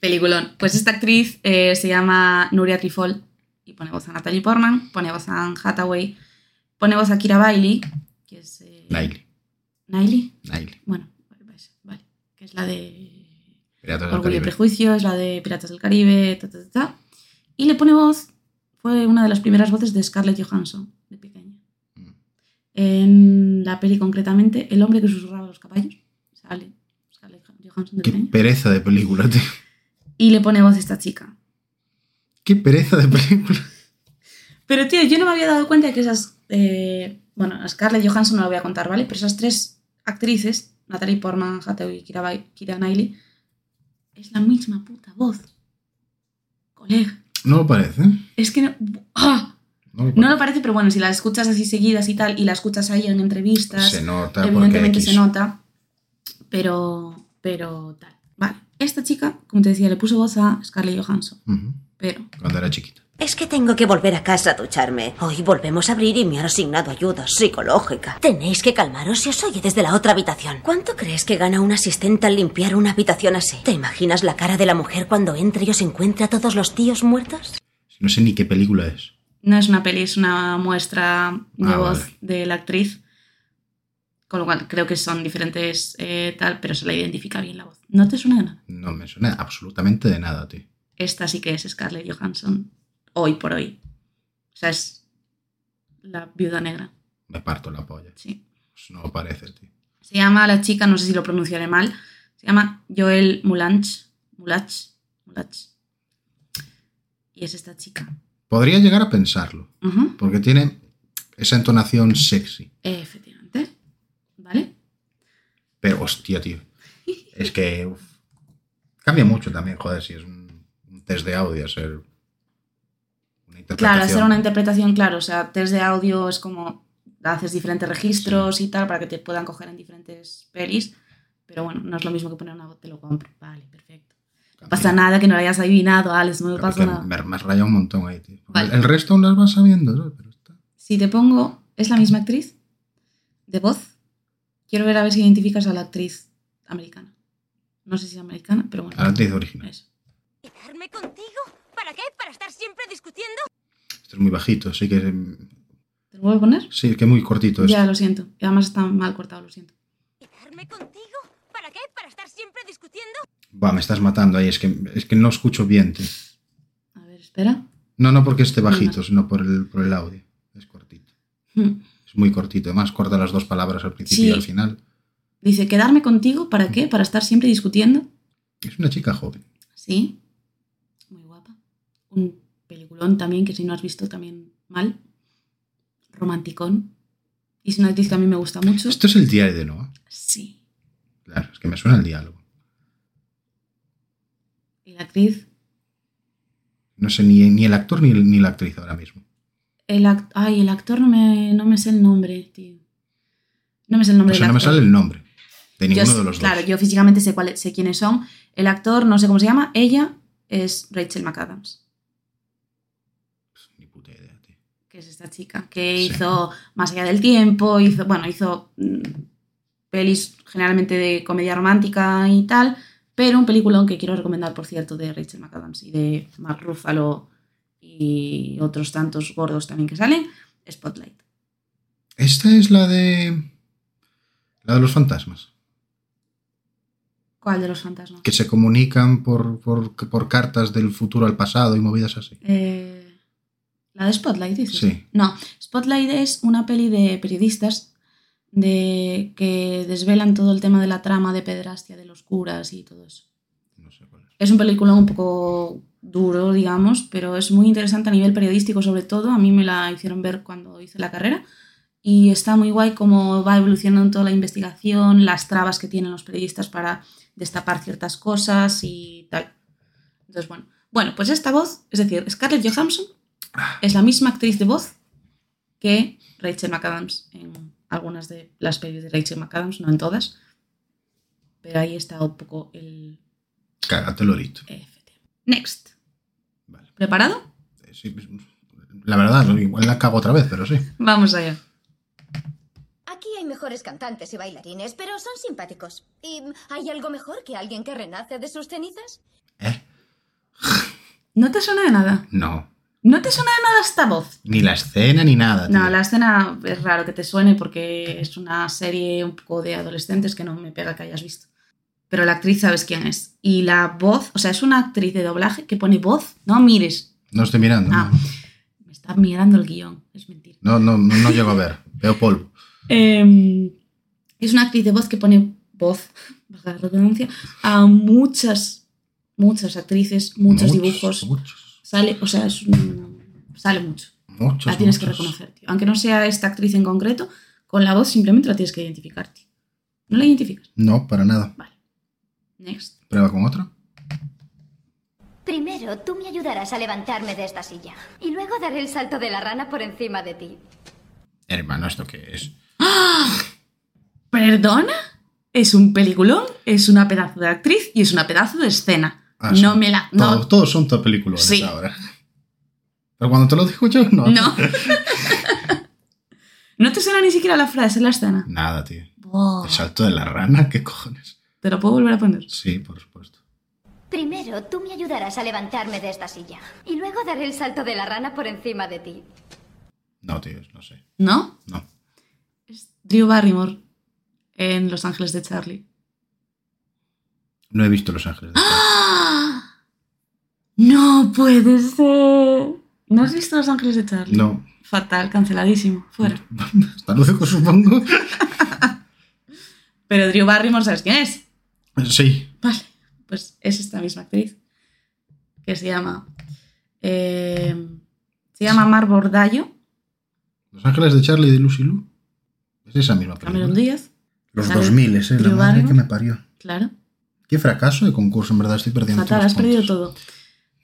B: Peliculón. Pues esta actriz eh, se llama Nuria Trifol y pone voz a Natalie Portman, pone voz a Anne Hathaway, pone voz a Kira Bailey, que es... eh,
A: Nail,
B: ¿Nailey?
A: Nail.
B: Bueno, pues, vale. Que es la de
A: Piratas del
B: Orgullo y
A: Caribe.
B: Prejuicio, es la de Piratas del Caribe, ta, ta, ta, ta. Y le pone voz, fue una de las primeras voces de Scarlett Johansson, de pequeña.
A: Mm.
B: En la peli concretamente, El hombre que susurraba a los caballos, sale Scarlett Johansson de
A: Qué
B: pequeña.
A: pereza de película, tío.
B: Y le pone voz esta chica.
A: Qué pereza de película.
B: Pero tío, yo no me había dado cuenta de que esas... eh, bueno, a Scarlett Johansson no la voy a contar, ¿vale? Pero esas tres actrices, Natalie Portman, Hathaway y Kira, Bai- Keira Knightley, es la misma puta voz. Colega.
A: No lo parece, ¿eh?
B: Es que no. ¡Ah!
A: No lo
B: No lo parece, pero bueno, si la escuchas así seguidas y tal, y la escuchas ahí en entrevistas,
A: Se nota porque
B: evidentemente
A: X.
B: se nota. Pero. Pero tal. Vale. Esta chica, como te decía, le puso voz a Scarlett Johansson.
A: Ujú.
B: Pero.
A: Cuando era chiquita.
N: Es que tengo que volver a casa a ducharme. Hoy volvemos a abrir y me han asignado ayuda psicológica. Tenéis que calmaros si os oye desde la otra habitación. ¿Cuánto crees que gana un asistente al limpiar una habitación así? ¿Te imaginas la cara de la mujer cuando entre y os encuentra a todos los tíos muertos?
A: No sé ni qué película es.
B: No es una peli, es una muestra de
A: Ah,
B: voz
A: vale.
B: de la actriz. Con lo cual creo que son diferentes eh, tal, pero se la identifica bien la voz. ¿No te suena de nada?
A: No me suena absolutamente de nada, tío.
B: Esta sí que es Scarlett Johansson. Hoy por hoy. O sea, es la viuda negra.
A: Me parto la polla.
B: Sí.
A: Pues no lo parece, tío.
B: Se llama la chica, no sé si lo pronunciaré mal, se llama Joel Mulanch. Mulach. Mulach. Y es esta chica.
A: Podría llegar a pensarlo.
B: Ujú.
A: Porque tiene esa entonación sexy.
B: Efectivamente. ¿Vale?
A: Pero hostia, tío. Es que uf. cambia mucho también, joder, si es un, un test de audio, ser una
B: Claro,
A: interpretación.
B: hacer una interpretación, claro. O sea, test de audio es como haces diferentes registros y tal para que te puedan coger en diferentes pelis. Pero bueno, no es lo mismo que poner una voz, te lo compro. Vale, perfecto. No pasa nada que no lo hayas adivinado, Alex, no me
A: Pero
B: pasa
A: que
B: nada.
A: me, me has rayado un montón ahí, tío. Porque
B: Vale.
A: El resto aún las vas sabiendo, ¿no? Pero-
B: Si te pongo, ¿es la misma actriz? ¿De voz? Quiero ver a ver si identificas a la actriz americana. No sé si es americana, pero bueno.
A: A la actriz original.
B: Eso.
C: ¿Quedarme contigo? ¿Para qué? ¿Para estar siempre discutiendo?
A: Esto Este es muy bajito, sí que mm,
B: ¿Te lo vuelvo a poner?
A: sí, que es muy cortito
B: ya,
A: esto.
B: lo siento. Y además está mal cortado, lo siento.
C: ¿Quedarme contigo? ¿Para qué? ¿Para estar siempre discutiendo?
A: Va, me estás matando ahí, es que, es que no escucho bien, tío.
B: Espera.
A: No, no porque esté bajito, sino por el, por el audio.
B: Hmm.
A: Es muy cortito, además corta las dos palabras al principio y
B: Sí.
A: al final.
B: Dice, ¿quedarme contigo? ¿Para qué? ¿Para estar siempre discutiendo?
A: Es una chica joven.
B: Sí. Muy guapa. Un peliculón también, que si no has visto también mal. Romanticón. Y es una actriz que a mí me gusta mucho.
A: Esto es el diario de Noah.
B: Sí.
A: Claro, es que me suena el diálogo.
B: Y la actriz
A: No sé ni, ni el actor ni, ni la actriz ahora mismo.
B: El act- Ay, el actor no me, no me sé el nombre, tío. No me sé el nombre
A: O sea, Pues no
B: del
A: me
B: actor.
A: sale el nombre de
B: Yo
A: ninguno
B: s-
A: de los
B: Claro,
A: dos.
B: yo físicamente sé, cuál- sé quiénes son. El actor, no sé cómo se llama, ella es Rachel McAdams. Que es esta chica que hizo Más allá del tiempo, hizo, bueno, hizo mm, pelis generalmente de comedia romántica y tal, pero un peliculón que quiero recomendar, por cierto, de Rachel McAdams y de Mark Ruffalo y otros tantos gordos también que salen, Spotlight.
A: Esta es la de. La de los fantasmas.
B: ¿Cuál de los fantasmas?
A: Que se comunican por, por, por cartas del futuro al pasado y movidas así.
B: Eh, ¿La de Spotlight dices?
A: Sí.
B: No, Spotlight es una peli de periodistas de que desvelan todo el tema de la trama de pedrastia de los curas y todo eso. es. un película un poco duro, digamos, pero es muy interesante a nivel periodístico sobre todo. A mí me la hicieron ver cuando hice la carrera y está muy guay cómo va evolucionando toda la investigación, las trabas que tienen los periodistas para destapar ciertas cosas y tal. Entonces, bueno. Bueno, pues esta voz, es decir, Scarlett Johansson es la misma actriz de voz que Rachel McAdams en algunas de las pelis de Rachel McAdams, no en todas. Pero ahí está un poco el...
A: Cágate lorito.
B: Next. ¿Preparado?
A: Sí, pues, la verdad, igual la cago otra vez, pero sí.
B: Vamos allá.
O: Aquí hay mejores cantantes y bailarines, pero son simpáticos. ¿Y hay algo mejor que alguien que renace de sus cenizas?
B: ¿No te suena de nada?
A: ¿Eh? No.
B: ¿No te suena de nada esta voz?
A: Ni la escena ni nada.
B: No,
A: tío.
B: la escena es raro que te suene porque es una serie un poco de adolescentes que no me pega que hayas visto. Pero la actriz sabes quién es. Y la voz, o sea, es una actriz de doblaje que pone voz. No mires.
A: No estoy mirando.
B: Ah,
A: no.
B: me está mirando el guión. Es mentira.
A: No, no, no, no llego a ver. Veo polvo.
B: Eh, es una actriz de voz que pone voz, valga la redundancia, a muchas, muchas actrices, muchos,
A: Muchos,
B: dibujos.
A: muchos.
B: Sale, o sea, es un- sale mucho.
A: Muchos,
B: la tienes que
A: muchos.
B: reconocer, tío. Aunque no sea esta actriz en concreto, con la voz simplemente la tienes que identificar, tío. No la identificas.
A: No, para nada.
B: Next.
A: Prueba con otra.
O: Primero, tú me ayudarás a levantarme de esta silla. Y luego daré el salto de la rana por encima de ti.
A: Hermano, ¿esto qué es?
B: ¡Ah! ¿Perdona? Es un peliculón, es una pedazo de actriz y es una pedazo de escena.
A: Ah,
B: no
A: sí.
B: me la. No,
A: Todo- Todos son top películas
B: Sí.
A: ahora. Pero cuando te lo digo yo, no.
B: No. no te suena ni siquiera la frase, la escena.
A: Nada, tío.
B: Buah,
A: El salto de la rana, ¿qué cojones?
B: Te lo puedo volver a poner.
A: Sí, por supuesto.
O: Primero, tú me ayudarás a levantarme de esta silla. Y luego daré el salto de la rana por encima de ti.
A: No, tío, no sé.
B: ¿No?
A: No.
B: Es Drew Barrymore en Los Ángeles de Charlie.
A: No he visto Los Ángeles.
B: ¡Ah! No puede ser. ¿No has visto Los Ángeles de Charlie?
A: No.
B: Fatal, canceladísimo. Fuera.
A: Hasta luego, supongo.
B: Pero Drew Barrymore, ¿sabes quién es?
A: Sí.
B: Vale, pues es esta misma actriz que se llama. eh, se llama Mar Bordallo,
A: Los Ángeles de Charlie y de Lucy Lou. Es esa misma película.
B: Cameron Díaz.
A: Los
B: Sale
A: 2000, ¿eh? La
B: Drew
A: madre que
B: Barrymore.
A: me parió.
B: Claro,
A: Qué fracaso de concurso, en verdad. Estoy perdiendo
B: fatal,
A: todos los
B: has perdido todo.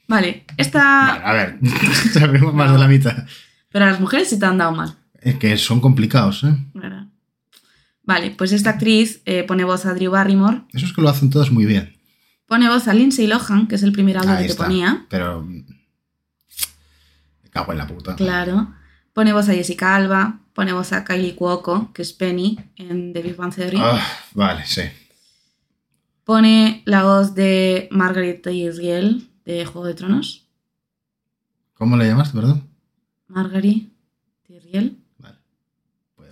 B: Vale, esta.
A: puntos. A ver, sabemos más de la mitad.
B: Pero a las mujeres sí te han dado mal,
A: Es que son complicados, ¿eh?
B: ¿verdad? Vale, pues esta actriz eh, pone voz a Drew Barrymore,
A: Eso es que lo hacen todas muy bien.
B: pone voz a Lindsay Lohan, que es el primer audio
A: Ahí
B: que te
A: está.
B: ponía.
A: Pero. Me cago en la puta.
B: Claro. Pone voz a Jessica Alba, pone voz a Kylie Cuoco, que es Penny en The Big Bang Theory.
A: Ah, vale, sí.
B: Pone la voz de Margaret Tyrell de Juego de Tronos.
A: ¿Cómo le llamaste, perdón?
B: Margaret Tyrell.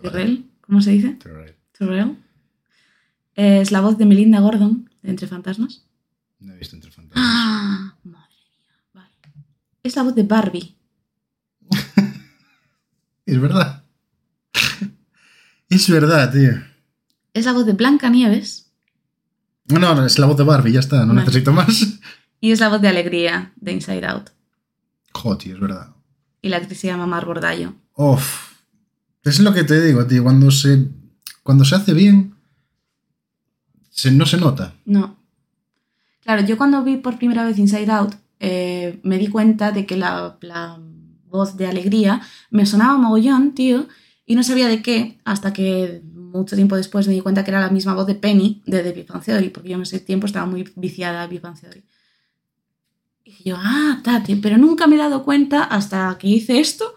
B: Tyrell, ¿cóómo se dice?
A: Tyrell.
B: Tyrell. Es la voz de Melinda Gordon de Entre Fantasmas.
A: No he visto entre fantasmas.
B: ¡Ah! Madre mía. Vale. Es la voz de Barbie.
A: Es verdad. es verdad, tío.
B: Es la voz de Blanca Nieves.
A: No, no, es la voz de Barbie, ya está, no
B: Vale.
A: necesito más.
B: Y es la voz de Alegría de Inside Out.
A: Joder, tío, es verdad.
B: Y la actriz se llama Mar Bordallo.
A: Uf. Es lo que te digo, tío. Cuando se, cuando se hace bien, se- no se nota.
B: No. Claro, yo cuando vi por primera vez Inside Out, eh, me di cuenta de que la, la voz de alegría me sonaba mogollón, tío, y no sabía de qué, hasta que mucho tiempo después me di cuenta que era la misma voz de Penny de The Big Bang Theory, porque yo en ese tiempo estaba muy viciada a Big Bang Theory. Y dije yo, ah, tate, pero nunca me he dado cuenta hasta que hice esto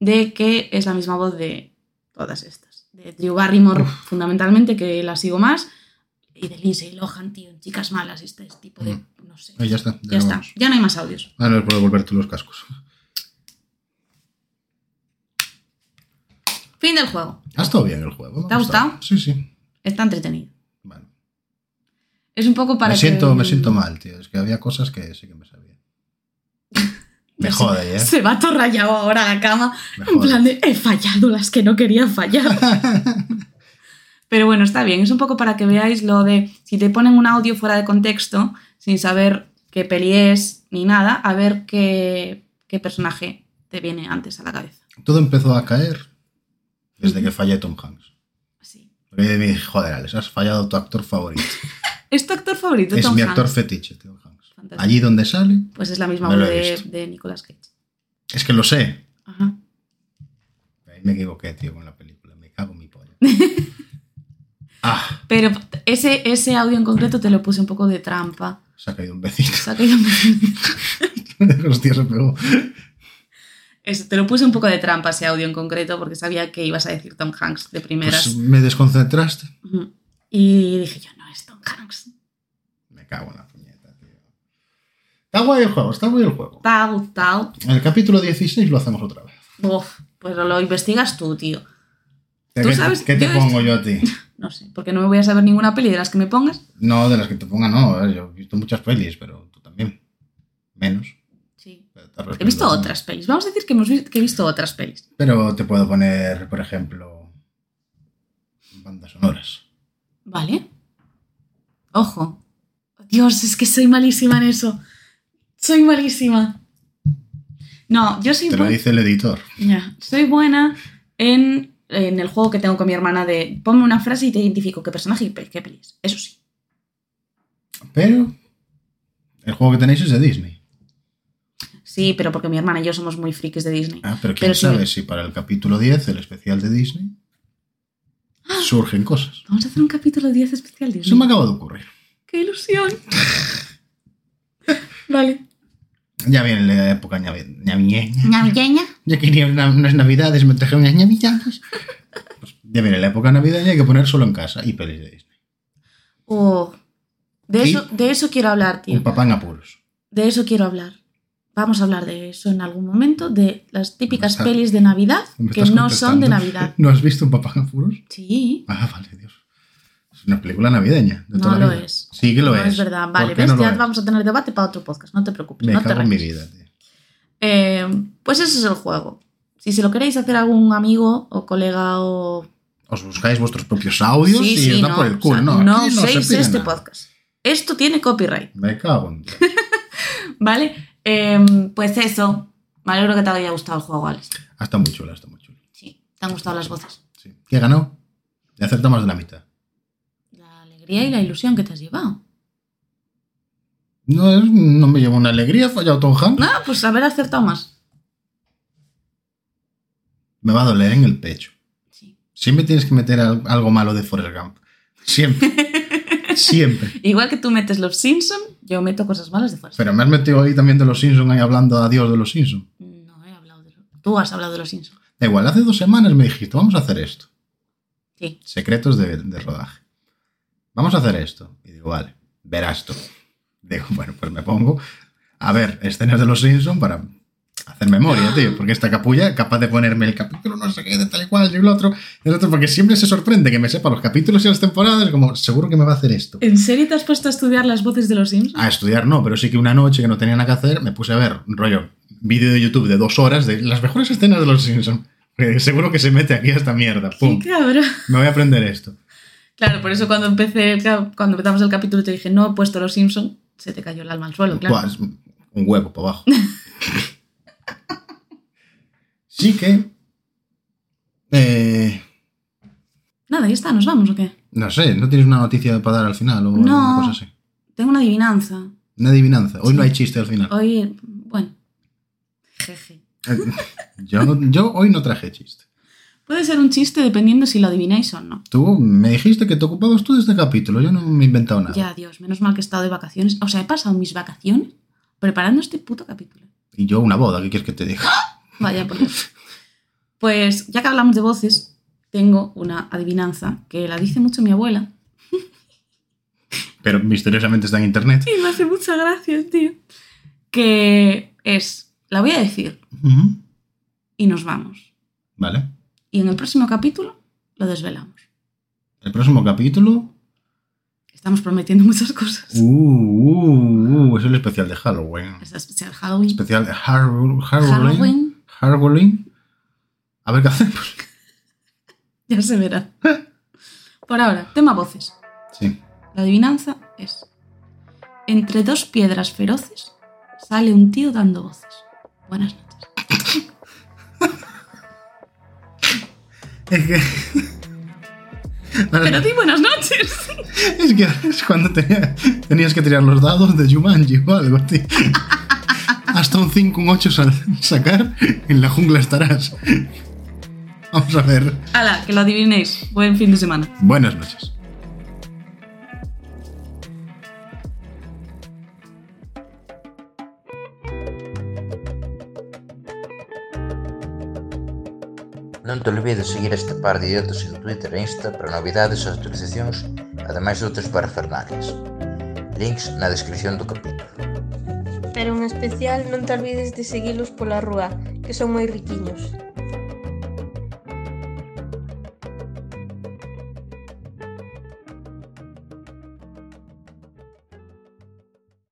B: de que es la misma voz de todas estas. De Drew Barrymore, fundamentalmente, que la sigo más, y de Lindsay Lohan, tío, en chicas malas, este tipo de. No sé.
A: Mm. Ahí ya está.
B: Ya está, ya no hay más audios.
A: Ah, no, puedo volver tú los cascos.
B: Fin del juego.
A: Ha estado bien el juego. me
B: ¿Te ha gustado?
A: Sí, sí.
B: Está entretenido. Es un poco para
A: me, siento,
B: que-
A: me siento mal, tío. Es que había cosas que sí que me sabía. Me jode, ¿eh?
B: Pues Se va todo rayado ahora a la cama.
A: Me
B: En
A: jode.
B: plan de, he fallado las que no quería fallar. Pero bueno, está bien. Es un poco para que veáis lo de si te ponen un audio fuera de contexto, sin saber qué peli es ni nada, a ver qué, qué personaje te viene antes a la cabeza.
A: Todo empezó a caer. desde que fallé Tom Hanks.
B: Sí.
A: Porque me dije, joder, Alex, has fallado tu actor favorito.
B: ¿Es tu actor favorito,
A: es
B: Tom
A: mi
B: Hanks?
A: actor fetiche, Tom Hanks.
B: Fantástico.
A: Allí donde sale,
B: Pues es la misma
A: Me lo
B: voz
A: he
B: de,
A: visto.
B: de Nicolas Cage.
A: es que lo sé.
B: Ajá.
A: Ahí me equivoqué, tío, con la película. Me cago en mi polla. ah,
B: Pero ese, ese audio en concreto te lo puse un poco de trampa.
A: se ha caído un vecino.
B: Se ha caído un-
A: Hostia, se pegó.
B: Eso, te lo puse un poco de trampa ese audio en concreto porque sabía que ibas a decir Tom Hanks de primeras.
A: Pues me desconcentraste.
B: Ujú. Y dije yo, no, es Tom Hanks.
A: Me cago en la puñeta, tío. Está guay el juego, está guay el juego.
B: Tal, tal.
A: En el capítulo 16 lo hacemos otra vez.
B: Uf, pues lo investigas tú, tío.
A: ¿Qué,
B: Tú
A: qué-
B: sabes,
A: qué te
B: yo he
A: pongo yo a ti?
B: No sé, porque no me voy a saber ninguna peli de las que me pongas.
A: No, de las que te ponga, no. a ver, Yo he visto muchas pelis, pero tú también. Menos.
B: Sí.
A: Te
B: He visto
A: respondo.
B: otras pelis. Vamos a decir que, hemos vi- que he visto otras pelis.
A: Pero te puedo poner, por ejemplo, bandas sonoras.
B: Vale. Ojo. Dios, es que soy malísima en eso. Soy malísima. No, yo soy
A: Te lo
B: buen-
A: dice el editor.
B: Ya, soy buena en, en el juego que tengo con mi hermana de ponme una frase y te identifico qué personaje y pe- qué peli es. Eso sí.
A: Pero el juego que tenéis es de Disney.
B: Sí, pero porque mi hermana y yo somos muy frikis de Disney.
A: Ah, pero quién
B: Pero sí.
A: sabe si para el capítulo 10, el especial de Disney,
B: Ah.
A: surgen cosas.
B: Vamos a hacer un capítulo 10 especial Disney.
A: Eso me acaba de ocurrir.
B: ¡Qué ilusión! vale.
A: Ya viene la época ñavi- ñaviñeña.
B: Navideña.
A: Ya quería una- unas navidades, me trajeron unas navidades. Pues ya viene la época navideña, hay que poner solo en casa y pelis de Disney.
B: Oh, de,
A: Sí.
B: eso, de eso quiero hablar, tío.
A: Un papá en apuros.
B: De eso quiero hablar. Vamos a hablar de eso en algún momento, de las típicas
A: está-
B: pelis de Navidad
A: ¿Me
B: que
A: estás
B: no son de
A: contestando?
B: Navidad.
A: ¿No has visto un papá en apuros?
B: Sí,
A: Ah, vale, Dios. Es una película navideña. de toda
B: no
A: la
B: lo
A: vida.
B: es.
A: Sí que lo
B: no
A: es.
B: es. verdad. Vale,
A: ¿Por qué
B: ves,
A: no lo
B: ya
A: es?
B: vamos a tener debate para otro podcast, no te preocupes.
A: Me
B: no te
A: cago en mi
B: rayes.
A: vida, tío.
B: Eh, pues ese es el juego. Si se lo queréis hacer a algún amigo o colega o...
A: Os buscáis vuestros propios audios
B: Sí,
A: y
B: sí,
A: os da por el culo.
B: o sea,
A: no,
B: no
A: aquí no se
B: uséis
A: pide
B: este
A: nada.
B: podcast. Esto tiene copyright,
A: Me cago en Dios.
B: ¿vale? Em, pues eso. Me alegro que te haya gustado el juego, Alex.
A: Ah, está muy chula, está muy chula.
B: ¿Te han gustado las voces?
A: ¿Qué ganó? Le acerta más de la mitad.
B: La alegría y la ilusión que te has llevado.
A: No, es- no me llevo una alegría, he fallado Tom Hanks.
B: Ah, pues haber acertado más.
A: Me va a doler en el pecho. Siempre tienes que meter al- algo malo de Forrest Gump. Siempre. Siempre.
B: Igual que tú metes los Simpson, yo meto cosas malas de fuerza.
A: Pero me has metido ahí también de los Simpsons, ahí hablando adiós de los Simpsons.
B: Tú has hablado de los Simpson.
A: Da igual, hace dos semanas me dijiste, vamos a hacer esto.
B: Sí.
A: Secretos de, de rodaje. Vamos a hacer esto. Y digo, vale, verás tú. Digo, bueno, pues me pongo a ver escenas de los Simpson para hacer memoria, tío. Porque esta capulla, capaz de ponerme el capítulo, no sé qué, de tal y cual, y el otro, y el otro, porque siempre se sorprende que me sepa los capítulos y las temporadas, como, seguro que me va a hacer esto.
B: ¿En serio te has puesto a estudiar las voces de los Simpson?
A: A estudiar no, pero sí que una noche que no tenía nada que hacer, me puse a ver un rollo vídeo de YouTube de dos horas de las mejores escenas de los Simpson. Porque seguro que se mete aquí a esta mierda. Pum.
B: Cabrón.
A: Me voy a aprender esto.
B: Claro, por eso cuando empecé, claro, cuando empezamos el capítulo te dije, no he puesto los Simpson, se te cayó el alma al suelo, claro.
A: Buah, es un huevo para abajo. sí que. eh,
B: Nada, ya está, nos vamos o qué?
A: no sé, ¿no tienes una noticia para dar al final o
B: No.
A: alguna cosa así?
B: Tengo una adivinanza.
A: Una adivinanza. Hoy no hay chiste al final. Eh,
B: Hoy, bueno. Jeje.
A: yo, no- yo hoy no traje chiste.
B: Puede ser un chiste dependiendo si lo adivináis o no.
A: Tú me dijiste que te ocupabas tú de este capítulo. Yo no me he inventado nada.
B: Ya, Dios, menos mal que he estado de vacaciones. O sea, he pasado mis vacaciones preparando este puto capítulo.
A: Y yo una boda, ¿qué quieres que te diga?
B: Vaya por Dios. Pues ya que hablamos de voces, tengo una adivinanza que la dice mucho mi abuela.
A: Pero misteriosamente está en internet.
B: Y me hace muchas gracias, tío. Que es, la voy a decir
A: Ujú.
B: y nos vamos.
A: Vale.
B: Y en el próximo capítulo lo desvelamos.
A: El próximo capítulo.
B: Estamos prometiendo muchas cosas.
A: Uh, uh, uh, es el especial de Halloween.
B: Es especial Halloween.
A: Especial de Har- Halloween.
B: Halloween,
A: Halloween. A ver qué hacemos.
B: ya se verá. Por ahora, tema voces.
A: Sí.
B: La adivinanza es, entre dos piedras feroces sale un tío dando voces. Buenas noches.
A: Es que.
B: Pero di buenas noches.
A: Es que ahora es cuando tenía- tenías que tirar los dados de Jumanji o algo, tío. Hasta un 5, un 8 sacar, en la jungla estarás. Vamos a ver.
B: Hala, que lo adivinéis. Buen fin de semana.
A: Buenas noches.
E: Non te olvides seguir este par de idiotas en Twitter e Insta para novidades e actualizacións, ademais de outros parafernales. Links na descripción do capítulo.
P: Pero en especial non te olvides de seguilos pola rúa, que son moi riquiños.